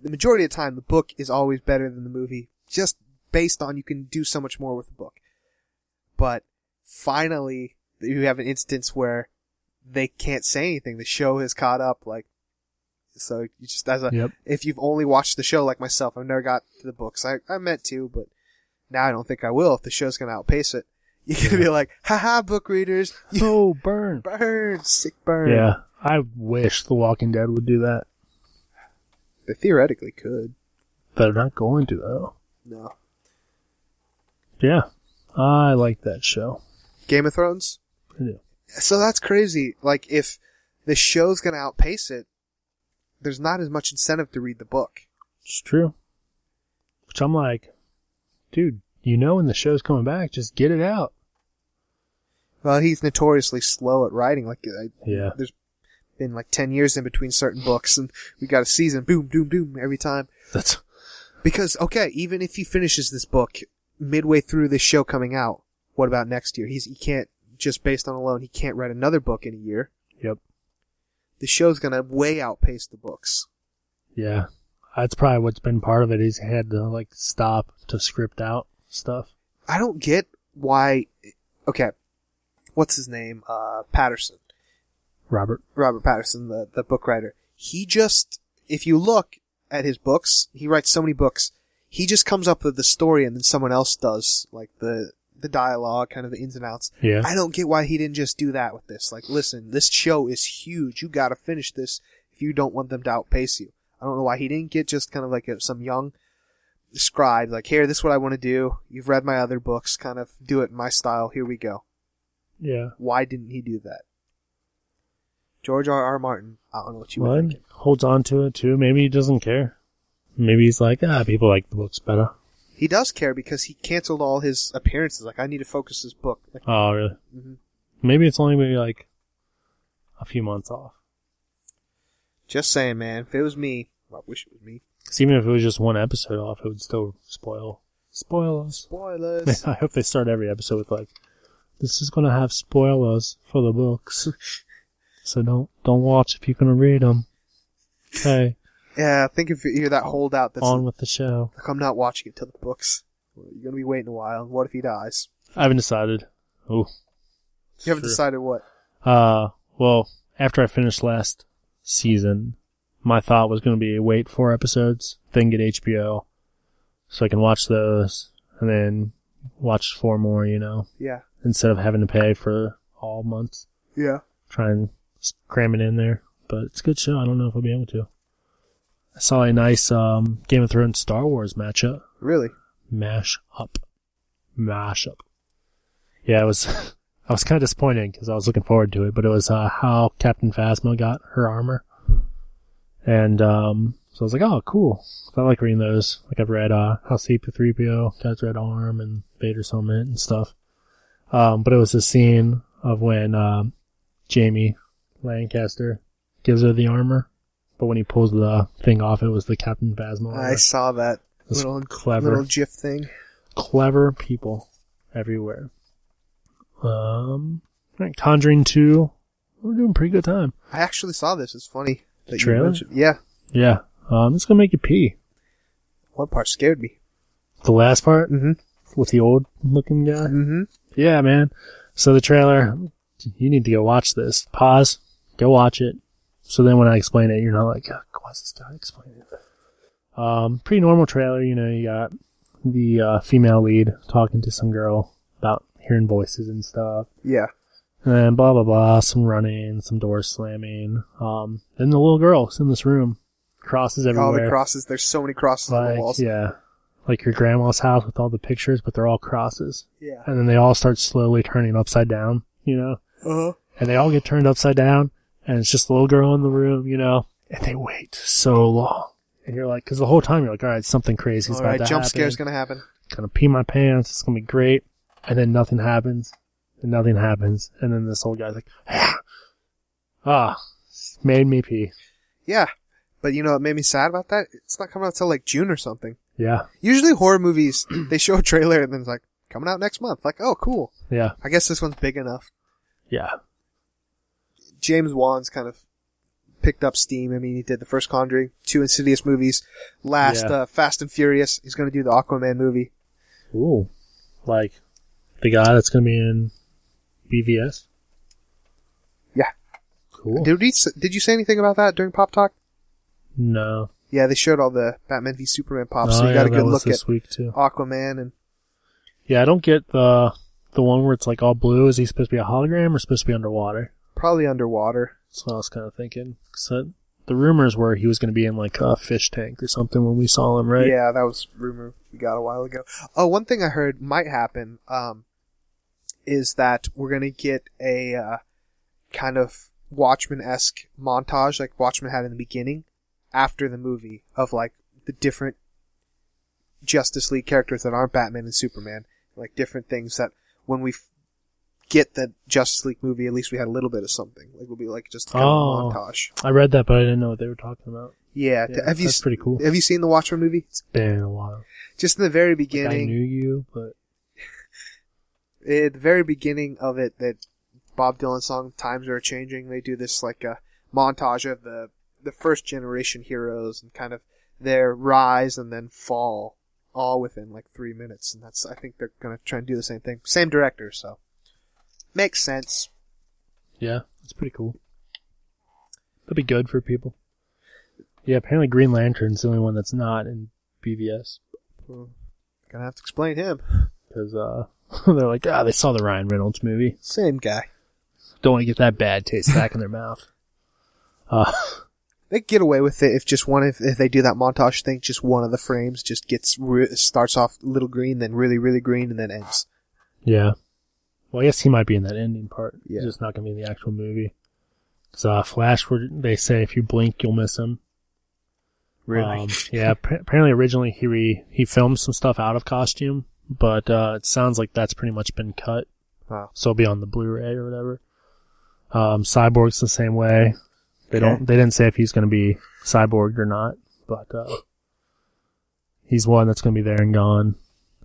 the majority of the time, the book is always better than the movie, just based on you can do so much more with the book. But finally, you have an instance where they can't say anything. The show has caught up. Like, so you just as a Yep. if you've only watched the show like myself, I've never got to the books. I, I meant to, but now I don't think I will if the show's gonna outpace it. You're gonna be like, haha, book readers, you Oh, burn. burn, sick burn. Yeah. I wish The Walking Dead would do that. They theoretically could. They're not going to, though. No. Yeah. I like that show. Game of Thrones? I do. So that's crazy. Like, if the show's gonna outpace it, there's not as much incentive to read the book. It's true. Which I'm like, dude, you know when the show's coming back, just get it out. Well, he's notoriously slow at writing. Like, I, Yeah. there's been like 10 years in between certain books, and we got a season, boom, boom, boom, every time. That's Because okay, even if he finishes this book midway through this show coming out, what about next year? He's he can't just based on alone he can't write another book in a year. yep. The show's gonna way outpace the books. Yeah. That's probably what's been part of it is he had to like stop to script out stuff. I don't get why. Okay, what's his name? Uh, Patterson, Robert. Robert Patterson, the the book writer. He just if you look at his books, he writes so many books. He just comes up with the story and then someone else does like the the dialogue, kind of the ins and outs. Yeah. I don't get why he didn't just do that with this. Like, listen, this show is huge. You gotta finish this if you don't want them to outpace you. I don't know why he didn't get just kind of like a, some young scribe, like, here, this is what I want to do. You've read my other books, kind of do it in my style. Here we go. yeah. Why didn't he do that? George R. R. Martin. I don't know what you were One thinking. holds on to it too. Maybe he doesn't care. Maybe he's like, ah, people like the books better. He does care because he canceled all his appearances. Like, I need to focus this book. Like, Oh, really? mhm. Maybe it's only maybe like a few months off. Just saying, man. If it was me, well, I wish it was me. 'Cause even if it was just one episode off, it would still spoil. Spoilers. Man, Spoilers. I hope they start every episode with like, "This is gonna have spoilers for the books, so don't don't watch if you're gonna read them." Okay, yeah, I think if you're that holdout that's on with the show. Like, I'm not watching it till the books. You're gonna be waiting a while. and What if he dies? I haven't decided. Oh, You haven't True. decided what. uh, well, after I finished last season, my thought was gonna be wait four episodes, then get HBO, so I can watch those, and then watch four more. You know, Yeah. instead of having to pay for all months. Yeah. try and s- cram it in there. But it's a good show. I don't know if I'll be able to. I saw a nice um, Game of Thrones Star Wars matchup. Really? Mash up. Mash up. Yeah, it was. I was kind of disappointed because I was looking forward to it, but it was uh, how Captain Phasma got her armor, and um, so I was like, "Oh, cool!" 'Cause I like reading those. Like I've read uh, how C-3PO got his red arm and Vader's helmet and stuff. Um, but it was the scene of when um, Jamie Lancaster gives her the armor, but when he pulls the thing off, it was the Captain Phasma. armor I saw that That's little clever. little GIF thing. clever people everywhere. Um, All right, Conjuring 2. We're doing pretty good time. I actually saw this. It's funny. that you Trailer? mentioned- Yeah. Yeah. Um, it's going to make you pee. One part scared me. The last part Mm-hmm. with the old looking guy. Mm-hmm. Yeah, man. So the trailer, you need to go watch this. Pause, go watch it. So then when I explain it, you're not like, "Ugh, why's this guy explaining it? Um, pretty normal trailer, you know, you got the uh, female lead talking to some girl about hearing voices and stuff. Yeah. And then blah, blah, blah, some running, some doors slamming. Um, then the little girl's in this room, crosses everywhere. All the crosses. There's so many crosses on the like, walls. yeah, like your grandma's house with all the pictures, but they're all crosses Yeah. and then they all start slowly turning upside down, you know, Uh-huh. and they all get turned upside down, and it's just the little girl in the room, you know, and they wait so long, and you're like, because the whole time you're like, all right, something crazy is All about right, to jump happen. scare's gonna happen. gonna pee my pants. It's gonna be great, and then nothing happens, and nothing happens, and then this old guy's like, ah, made me pee. Yeah. But you know what made me sad about that? It's not coming out till like June or something. Yeah, Usually horror movies, they show a trailer and then it's like, coming out next month. Like, oh, cool. yeah, I guess this one's big enough. yeah, James Wan's kind of picked up steam. I mean, he did the first Conjuring, two Insidious movies, last Yeah. uh, Fast and Furious. He's going to do the Aquaman movie. ooh, like the guy that's gonna be in BVS. Yeah. Cool. Did we, s- did you say anything about that during Pop Talk? No. Yeah, they showed all the Batman v Superman pops, so Oh, you got a yeah, good that was look at this week too. Aquaman and Yeah, I don't get the the one where it's like all blue. Is he supposed to be a hologram or supposed to be underwater? probably underwater. That's what I was kind of thinking. 'Cause that- the rumors were he was going to be in like a fish tank or something when we saw him, right? Yeah, that was rumor we got a while ago. Oh, one thing I heard might happen um, is that we're gonna get a uh, kind of Watchmen esque montage, like Watchmen had in the beginning, after the movie of like the different Justice League characters that aren't Batman and Superman, like different things that when we f- get the Justice League movie, at least we had a little bit of something. Like we'll be like just kind Oh. of a montage. I read that, but I didn't know what they were talking about. Yeah, Yeah, have you that's s- pretty cool. Have you seen the Watchmen movie? It's been a while. Just in the very Like, I beginning. knew you, but at eh, the very beginning of it that Bob Dylan song "Times Are Changing." They do this like a montage of the the first generation heroes and kind of their rise and then fall, all within like three minutes. And that's I think they're gonna try and do the same thing. Same director, so makes sense. yeah, it's pretty cool. That'd be good for people. Yeah, apparently Green Lantern's the only one that's not in BVS Gonna have to explain him. because uh, they're like, ah, they saw the Ryan Reynolds movie. Same guy. Don't want to get that bad taste back in their mouth. Uh, They could get away with it if just one if, if they do that montage thing, just one of the frames just gets re- starts off a little green, then really really green, and then ends. yeah. Well, I guess he might be in that ending part. Yeah. He's just not going to be in the actual movie. Because uh, Flash, were- they say if you blink, you'll miss him. Um, yeah. appa- Apparently, originally he re- he filmed some stuff out of costume, but uh, it sounds like that's pretty much been cut. Wow. So it'll be on the Blu-ray or whatever. Um, Cyborg's the same way. They Okay. don't. They didn't say if he's going to be Cyborg or not, but uh, he's one that's going to be there and gone.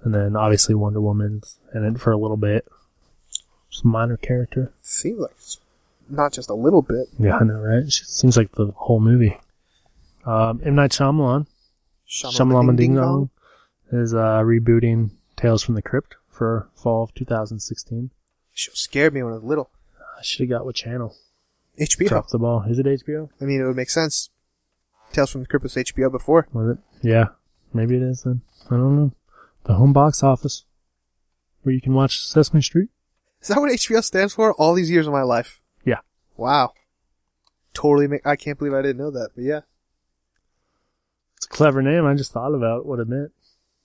And then obviously Wonder Woman's in it for a little bit. Just a minor character. Seems like it's not just a little bit. Yeah, I know, right? She seems like the whole movie. Um, M Night Shyamalan, Shyamalan Ding Dong, is uh, rebooting Tales from the Crypt for fall of 2016. Show scared me when I was little. I should have got what channel. HBO. Dropped the ball. Is it HBO? I mean, it would make sense. Tales from the Crypt was HBO before. Was it? Yeah, maybe it is then. I don't know. The home box office, where you can watch Sesame Street. Is that what HBO stands for? All these years of my life. Yeah. Wow. Totally. Make, I can't believe I didn't know that. But yeah. It's a clever name. I just thought about what it meant.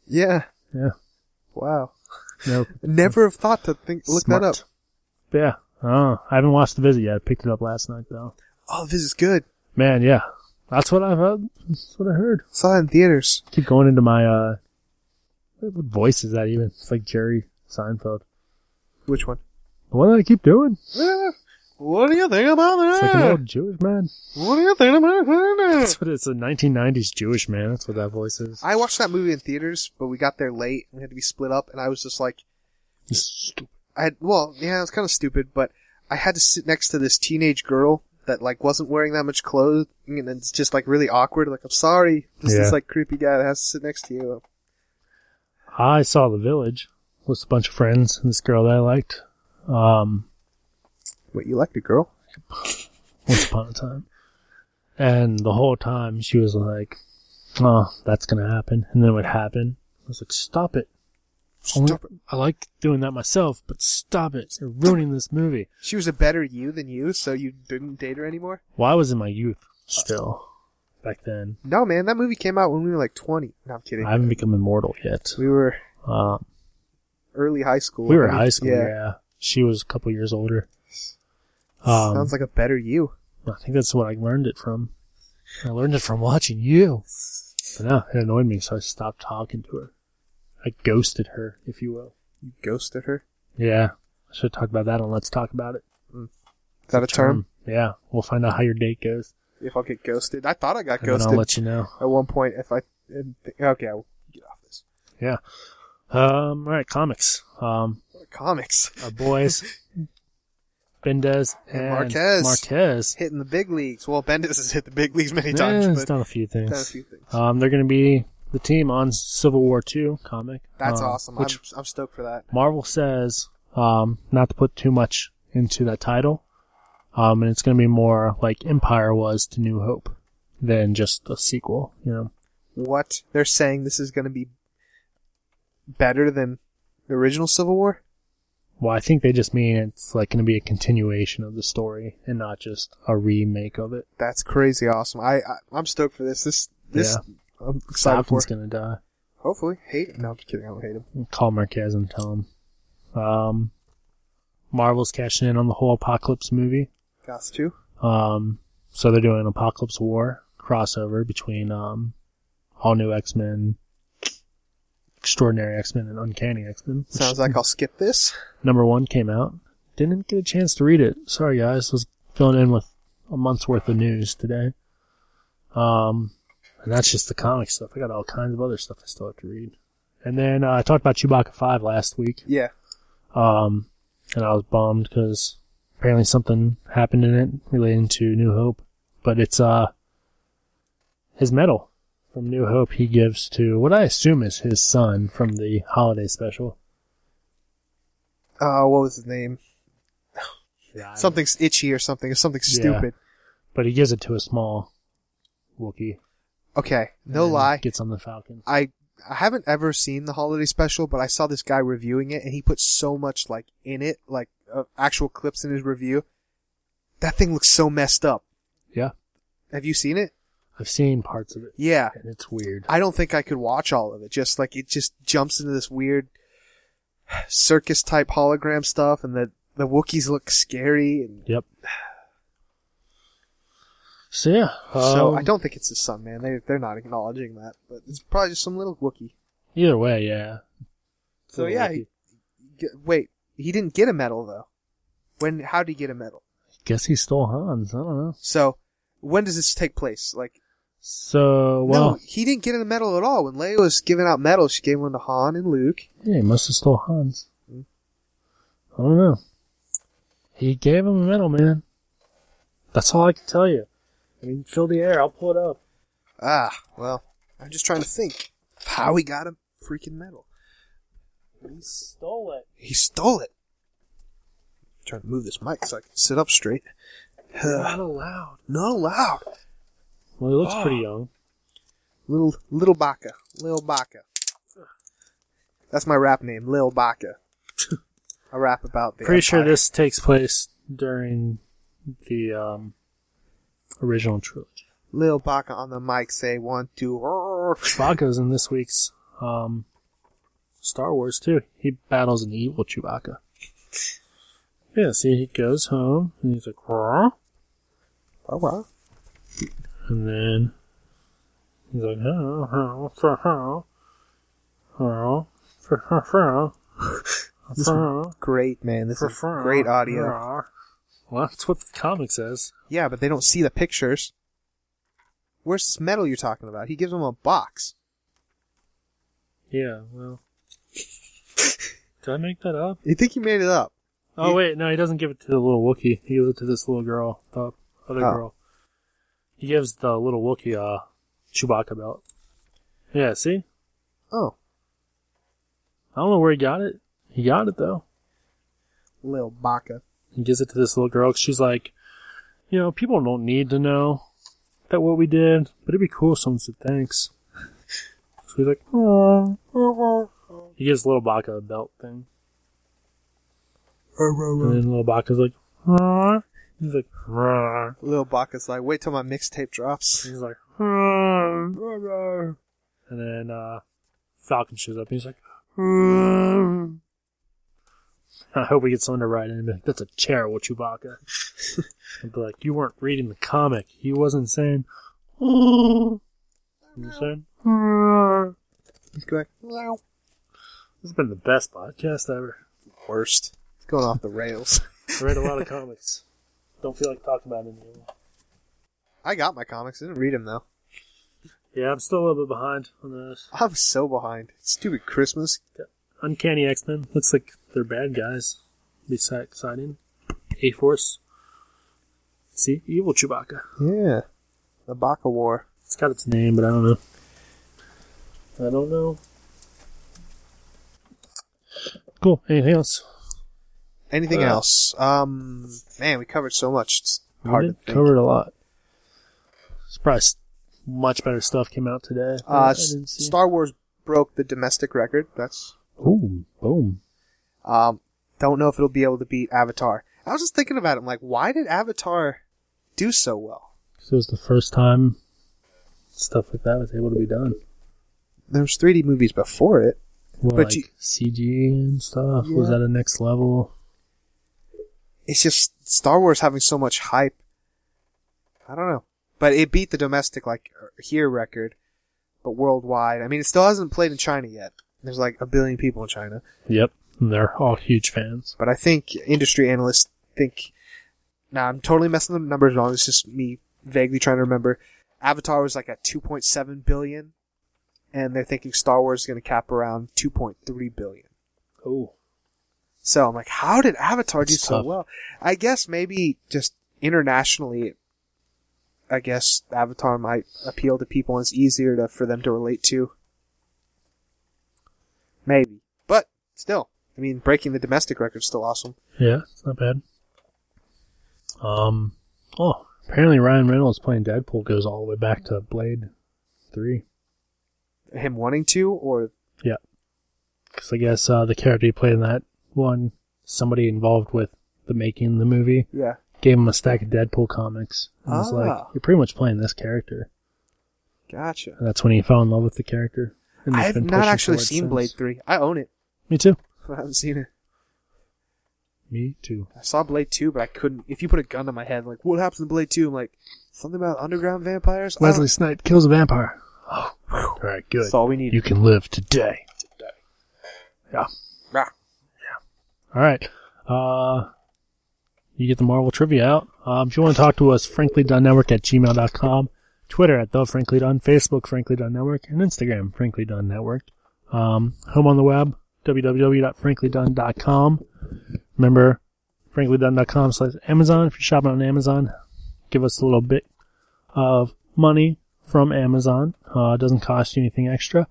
Yeah. Yeah. Wow. No. Never have thought to think look smart. that up. Yeah. Oh, I haven't watched the visit yet. I picked it up last night though. Oh, this is good. Man, yeah, that's what I heard. That's what I heard. Saw it in theaters. Keep going into my uh, what voice is that even? It's like Jerry Seinfeld. Which one? What do I keep doing? Yeah. Eh, What do you think about It's like an old Jewish man. What do you think about that? That's what it's a 1990s Jewish man. That's what that voice is. I watched that movie in theaters, but we got there late. and We had to be split up, and I was just like, It's stupid. I well, yeah, it was kind of stupid, but I had to sit next to this teenage girl that like wasn't wearing that much clothing, and it's just like really awkward. Like, I'm sorry, just Yeah. this like creepy guy that has to sit next to you. I saw The Village with a bunch of friends and this girl that I liked. Um, Wait, you liked a girl? once upon a time. And the whole time she was like, oh, that's going to happen. And then it would happen. I was like, stop it. Only- Stop it. I like doing that myself, but stop it. You're ruining this movie. She was a better you than you, so you didn't date her anymore. Well, I was in my youth still back then. No, man, that movie came out when we were like 20. No, I'm kidding. I haven't become immortal yet. we were Um, early high school. we were in Right? high school, yeah. She was a couple years older. Um, Sounds like a better you. I think that's what I learned it from. I learned it from watching you. But no, it annoyed me, so I stopped talking to her. I ghosted her, if you will. You ghosted her. Yeah, I should talk about that on Let's Talk About It. Um, Is that a term? Yeah, we'll find out how your date goes, If I'll get ghosted, I thought I got and then I'll ghosted let you know. at one point. If I and th- okay, I'll get off this. Yeah. Um. All right, comics. Um. Comics Our boys, Bendez And and, Marquez. Marquez. hitting the big leagues. Well, Bendis has hit the big leagues many Yeah, times, he's but done a few things. done a few things. Um, they're going to be the team on Civil War Two comic. That's um, awesome. Which I'm, I'm stoked for that. Marvel says um, not to put too much into that title, um, and it's going to be more like Empire was to New Hope than just a sequel. You know, What they're saying, this is going to be better than the original Civil War. well, I think they just mean it's like going to be a continuation of the story and not just a remake of it. That's crazy awesome. I, I I'm stoked for this. This this I'm excited Falcon's for. going to die. Hopefully, hate him. No, I'm just kidding. I don't hate him. Call Marquez and tell him. Um, Marvel's cashing in on the whole Apocalypse movie. Got to. Um, so they're doing Apocalypse War crossover between um, all new X Men, Extraordinary X Men, and Uncanny X Men. Sounds like I'll skip this. number one came out. Didn't get a chance to read it. Sorry guys, was filling in with a month's worth of news today. Um, and that's just the comic stuff. I got all kinds of other stuff I still have to read. And then uh, I talked about Chewbacca five last week. Yeah. Um, and I was bummed because apparently something happened in it relating to New Hope. But it's uh his medal from New Hope he gives to what I assume is his son from the holiday special. Uh, what was his name? Something's itchy or something. Or something Yeah. stupid. But he gives it to a small Wookiee. Okay, and no then lie. Gets on the Falcon. I I haven't ever seen the holiday special, but I saw this guy reviewing it, and he put so much like in it, like uh, actual clips in his review. That thing looks so messed up. Yeah. Have you seen it? I've seen parts of it. Yeah. And it's weird. I don't think I could watch all of it. Just like it just jumps into this weird circus type hologram stuff, and the the Wookiees look scary. And Yep. So yeah. so um, I don't think it's his son, man. They they're not acknowledging that, but it's probably just some little Wookiee. Either way, yeah. So Little yeah, Wookiee. he, g- wait, he didn't get a medal though. When? How did he get a medal? Guess he stole Hans. I don't know. So when does this take place? Like, So Oh, well, no, he didn't get a medal at all. When Leia was giving out medals, she gave one to Han and Luke. yeah, he must have stole Hans. I don't know. He gave him a medal, man. That's all I can tell you. I mean, fill the air. I'll pull it up. Ah, well, I'm just trying to think of how he got a freaking medal. He stole it. He stole it. trying to move this mic so I can sit up straight. Not allowed. Not allowed. Well, he looks Oh. pretty young. Little Little Baca. Lil Baca. That's my rap name, Lil Baca. I rap about the. Pretty sure Empire. this takes place during the um, original trilogy. Lil Baca on the mic say one two. Chewbacca's in this week's um, Star Wars too. He battles an evil Chewbacca. Yeah, see, he goes home and he's like, "Huh?" Oh well. and then he's like, "Huh, huh, huh, huh, huh, huh, huh, huh, huh, Great man, this is huh, great audio. huh." Well, that's what the comic says. Yeah, but they don't see the pictures. Where's this medal you're talking about? He gives them a box. Yeah, well, did I make that up? You think he made it up? Oh wait, no, he doesn't give it to the little Wookiee. He gives it to this little girl, the other Oh. girl. He gives the little Wookiee a Chewbacca belt. Yeah, see, Oh, I don't know where he got it. He got it though. Lil Baca. He gives it to this little girl. 'cause she's like, you know, people don't need to know that what we did, but it'd be cool if someone said thanks. So he's like, "Aw, aw, aw." he gives little Baca a belt thing. And then little Baca's like, "Aw." he's like, "Aw." Lil Baca's like, wait till my mixtape drops. He's like, "Rawr, rawr, rawr." and then uh, Falcon shows up. And he's like, "Rawr." I hope we get someone to write in and be like, that's a terrible Chewbacca. and be like, you weren't reading the comic. He wasn't saying, you saying, "Rawr." He's going, "Meow." this has been the best podcast ever. worst. It's going off the rails. I read a lot of comics. Don't feel like talking about it anymore. I got my comics. I didn't read them though. Yeah, I'm still a little bit behind on those. I'm so behind. Stupid Christmas. Uncanny X Men. Looks like they're bad guys. Be so exciting. A Force. See, evil Chewbacca. Yeah. The Baca War. It's got its name, but I don't know. I don't know. Cool. Anything else? Anything Uh, else? Um, man, we covered so much. It's We hard to did think. covered a lot. Surprised. Much better stuff came out today. uh, I S- didn't see. Star Wars broke the domestic record. That's Ooh, boom. Um, don't know if it'll be able to beat Avatar. I was just thinking about it. I'm like, why did Avatar do so well? Because it was the first time stuff like that was able to be done. There was 3D movies before it. Well, But like you- CG and stuff was Yeah. at a next level. It's just Star Wars having so much hype. I don't know, but it beat the domestic like er, here record, but worldwide. I mean, it still hasn't played in China yet. There's like a billion people in China, Yep, and they're all huge fans. but I think industry analysts think. Nah, I'm totally messing the numbers wrong. It's just me vaguely trying to remember. Avatar was like at 2.7 billion, and they're thinking Star Wars is going to cap around 2.3 billion. Oh, So I'm like, how did Avatar do That's so tough. well? I guess maybe just internationally, I guess Avatar might appeal to people and it's easier to, for them to relate to. Maybe. But still, I mean, breaking the domestic record's still awesome. yeah, it's not bad. Um, oh, apparently Ryan Reynolds playing Deadpool goes all the way back to Blade Three. Him wanting to, or Yeah, because I guess uh, the character he played in that one, somebody involved with the making of the movie, yeah, gave him a stack of Deadpool comics and was like, Ah. "You're pretty much playing this character." gotcha. And that's when he fell in love with the character. and I he's have been not pushing actually forward seen since. Blade Three. I own it. Me too. I haven't seen it. Me too. I saw Blade Two, but I couldn't. If you put a gun to my head, like what happens in Blade Two? I'm like something about underground vampires. I don't- Wesley Snipe kills a vampire. Oh, all right, good. That's all we need. You can live today. Yeah. Rah. All right. Uh, you get the Marvel trivia out. Um, if you want to talk to us, franklydonenetwork at gmail.com, Twitter at the Frankly Done, Facebook Frankly Done Network, and Instagram Frankly Done Network. Um, home on the web, www.franklydone.com. Remember, franklydone.com slash Amazon. If you're shopping on Amazon, give us a little bit of money from Amazon. Uh, it doesn't cost you anything extra.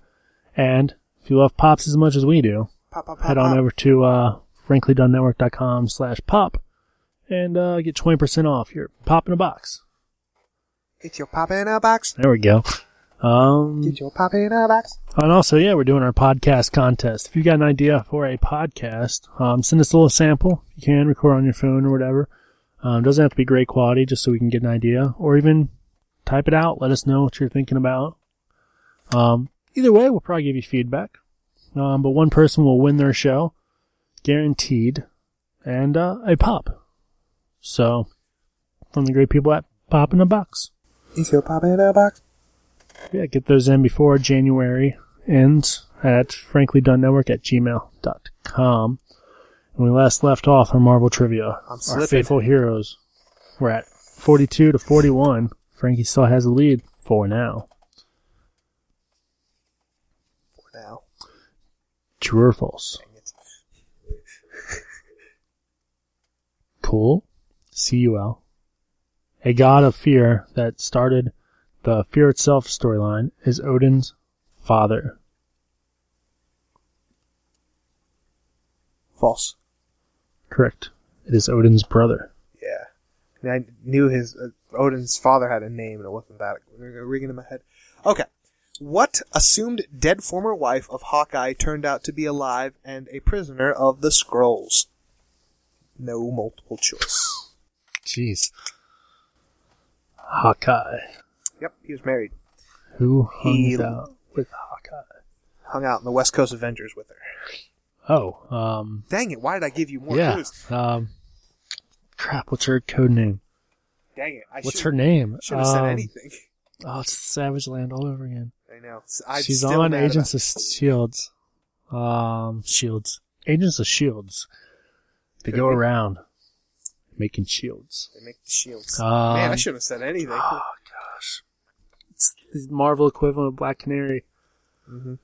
And if you love Pops as much as we do, pop, pop, pop, head on pop. over to uh, franklydonenetwork.com slash pop and uh, get 20% off your Pop in a Box. Get your pop in a box. There we go. Um, Get your pop in a box. and also, yeah, we're doing our podcast contest. If you've got an idea for a podcast, um, send us a little sample. You can record on your phone or whatever. Um, doesn't have to be great quality, just so we can get an idea, or even type it out. Let us know what you're thinking about. Um, either way, we'll probably give you feedback. Um, but one person will win their show, guaranteed, and uh, a pop. So, from the great people at Pop in a Box Get your pop in a box. yeah, get those in before January ends at franklydonenetwork at gmail.com. When we last left off our Marvel trivia, I'm our slipping. faithful heroes were at 42 to 41. Frankie still has the lead for now. For now. True or false? Dang it. Cul, C U L, a god of fear that started the Fear Itself storyline, is Odin's father. False. Correct. It is Odin's brother. Yeah. I, mean, I knew his uh, Odin's father had a name, and it wasn't that ringing in my head. Okay. What assumed dead former wife of Hawkeye turned out to be alive and a prisoner of the Scrolls? No multiple choice. Jeez. Hawkeye. Yep, he was married. Who He- hung out with Hawkeye? Hung out in the West Coast Avengers with her. Oh, um, Dang it, why did I give you more yeah. clues? Um, crap, what's her code name? Dang it. I What's should, her name? Should have said Um, anything. Oh, it's Savage Land all over again. I know. i She's on Agents of Shields. Um, Shields. Agents of Shields. They Could go be. around making shields. They make the shields. Um, Man, I shouldn't have said anything. Oh gosh, it's the Marvel equivalent of Black Canary. Mhm.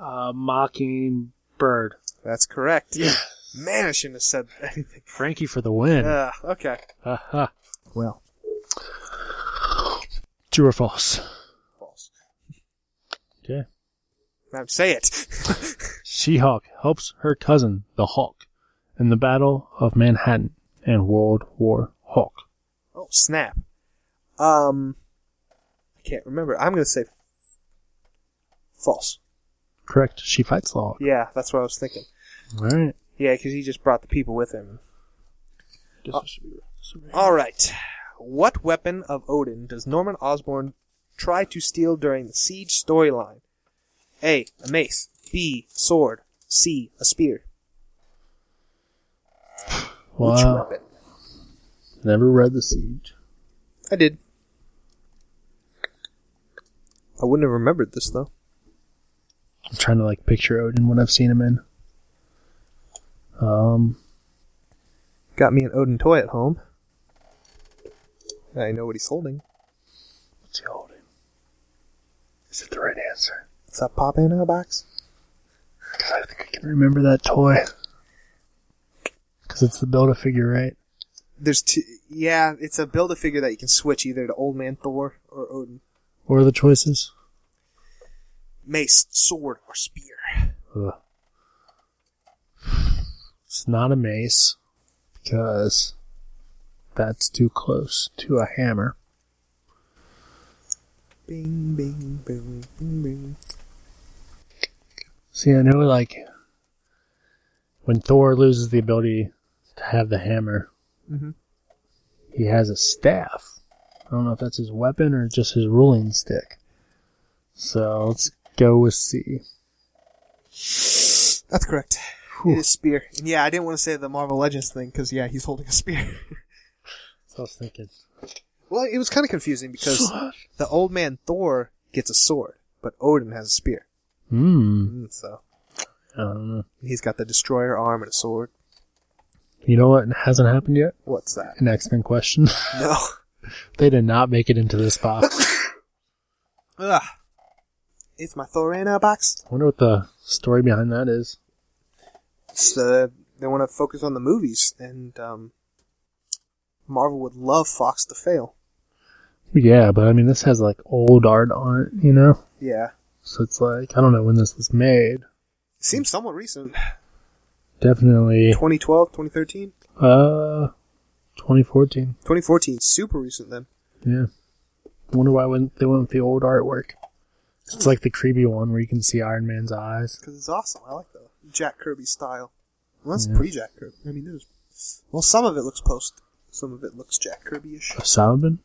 Uh, mocking bird. That's correct. Yeah. Man, I shouldn't have said anything. Frankie for the win. Uh, okay. Haha. Well, True or false? false. Okay. Now say it. She-Hulk helps her cousin, the Hulk, in the Battle of Manhattan and World War Hulk. oh snap. Um, I can't remember. I'm gonna say false. Correct. She fights the Hulk. Yeah, that's what I was thinking. All right. Yeah, because he just brought the people with him. This Uh, should be- this should be- All right. What weapon of Odin does Norman Osborn try to steal during the siege storyline? A. A mace. B. Sword. C. A spear. Which Wow. weapon? uh, Never read The Siege. I did. I wouldn't have remembered this though. I'm trying to like picture Odin when I've seen him in. Um, Got me an Odin toy at home. I know what he's holding. what's he holding? Is it the right answer? Is that pop in a box? Because I think I can remember that toy. Because it's the build a figure, right? There's two. Yeah, it's a build a figure that you can switch either to Old Man Thor or Odin. What are the choices? Mace, sword, or spear. Ugh. It's not a mace because that's too close to a hammer. Bing, bing, bing, bing, bing. See, I know like when Thor loses the ability to have the hammer, Mhm. he has a staff. I don't know if that's his weapon or just his ruling stick. So let's go with C. That's correct. Whew. It is spear. And yeah, I didn't want to say the Marvel Legends thing because yeah, he's holding a spear. So I was thinking. well, it was kind of confusing because the Old Man Thor gets a sword, but Odin has a spear. Hmm. Mm, so I don't know. he's got the destroyer arm and a sword. You know what hasn't happened yet? What's that? An X Men question. No. they did not make it into this box. Uh, Ugh. It's my Thor in a box. I wonder what the story behind that is. It's the they want to focus on the movies, and um, Marvel would love Fox to fail. Yeah, but I mean, this has like old art on it, you know? Yeah, So it's like, I don't know when this was made. seems somewhat recent. Definitely. 2012, 2013, Uh, 2014. 2014, super recent then. Yeah. Wonder why when they went with the old artwork. It's like the creepy one where you can see Iron Man's eyes. because it's awesome. I like the Jack Kirby style. Well, that's Yeah. pre Jack Kirby. I mean, there's well, some of it looks post, some of it looks Jack Kirby-ish. Salmon?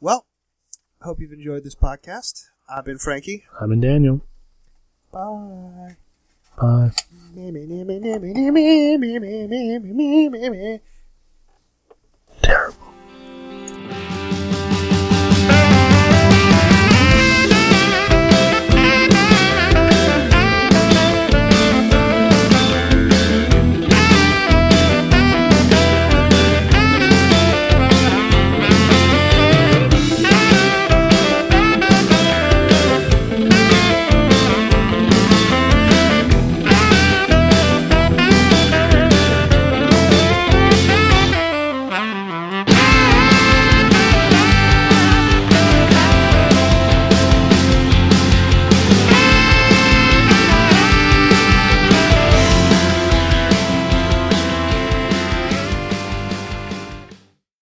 Well, I hope you've enjoyed this podcast. I've been Frankie. I'm in Daniel. Bye. Bye. Meh, meh, meh, meh, meh, meh, meh, meh, meh, meh, meh, meh, meh.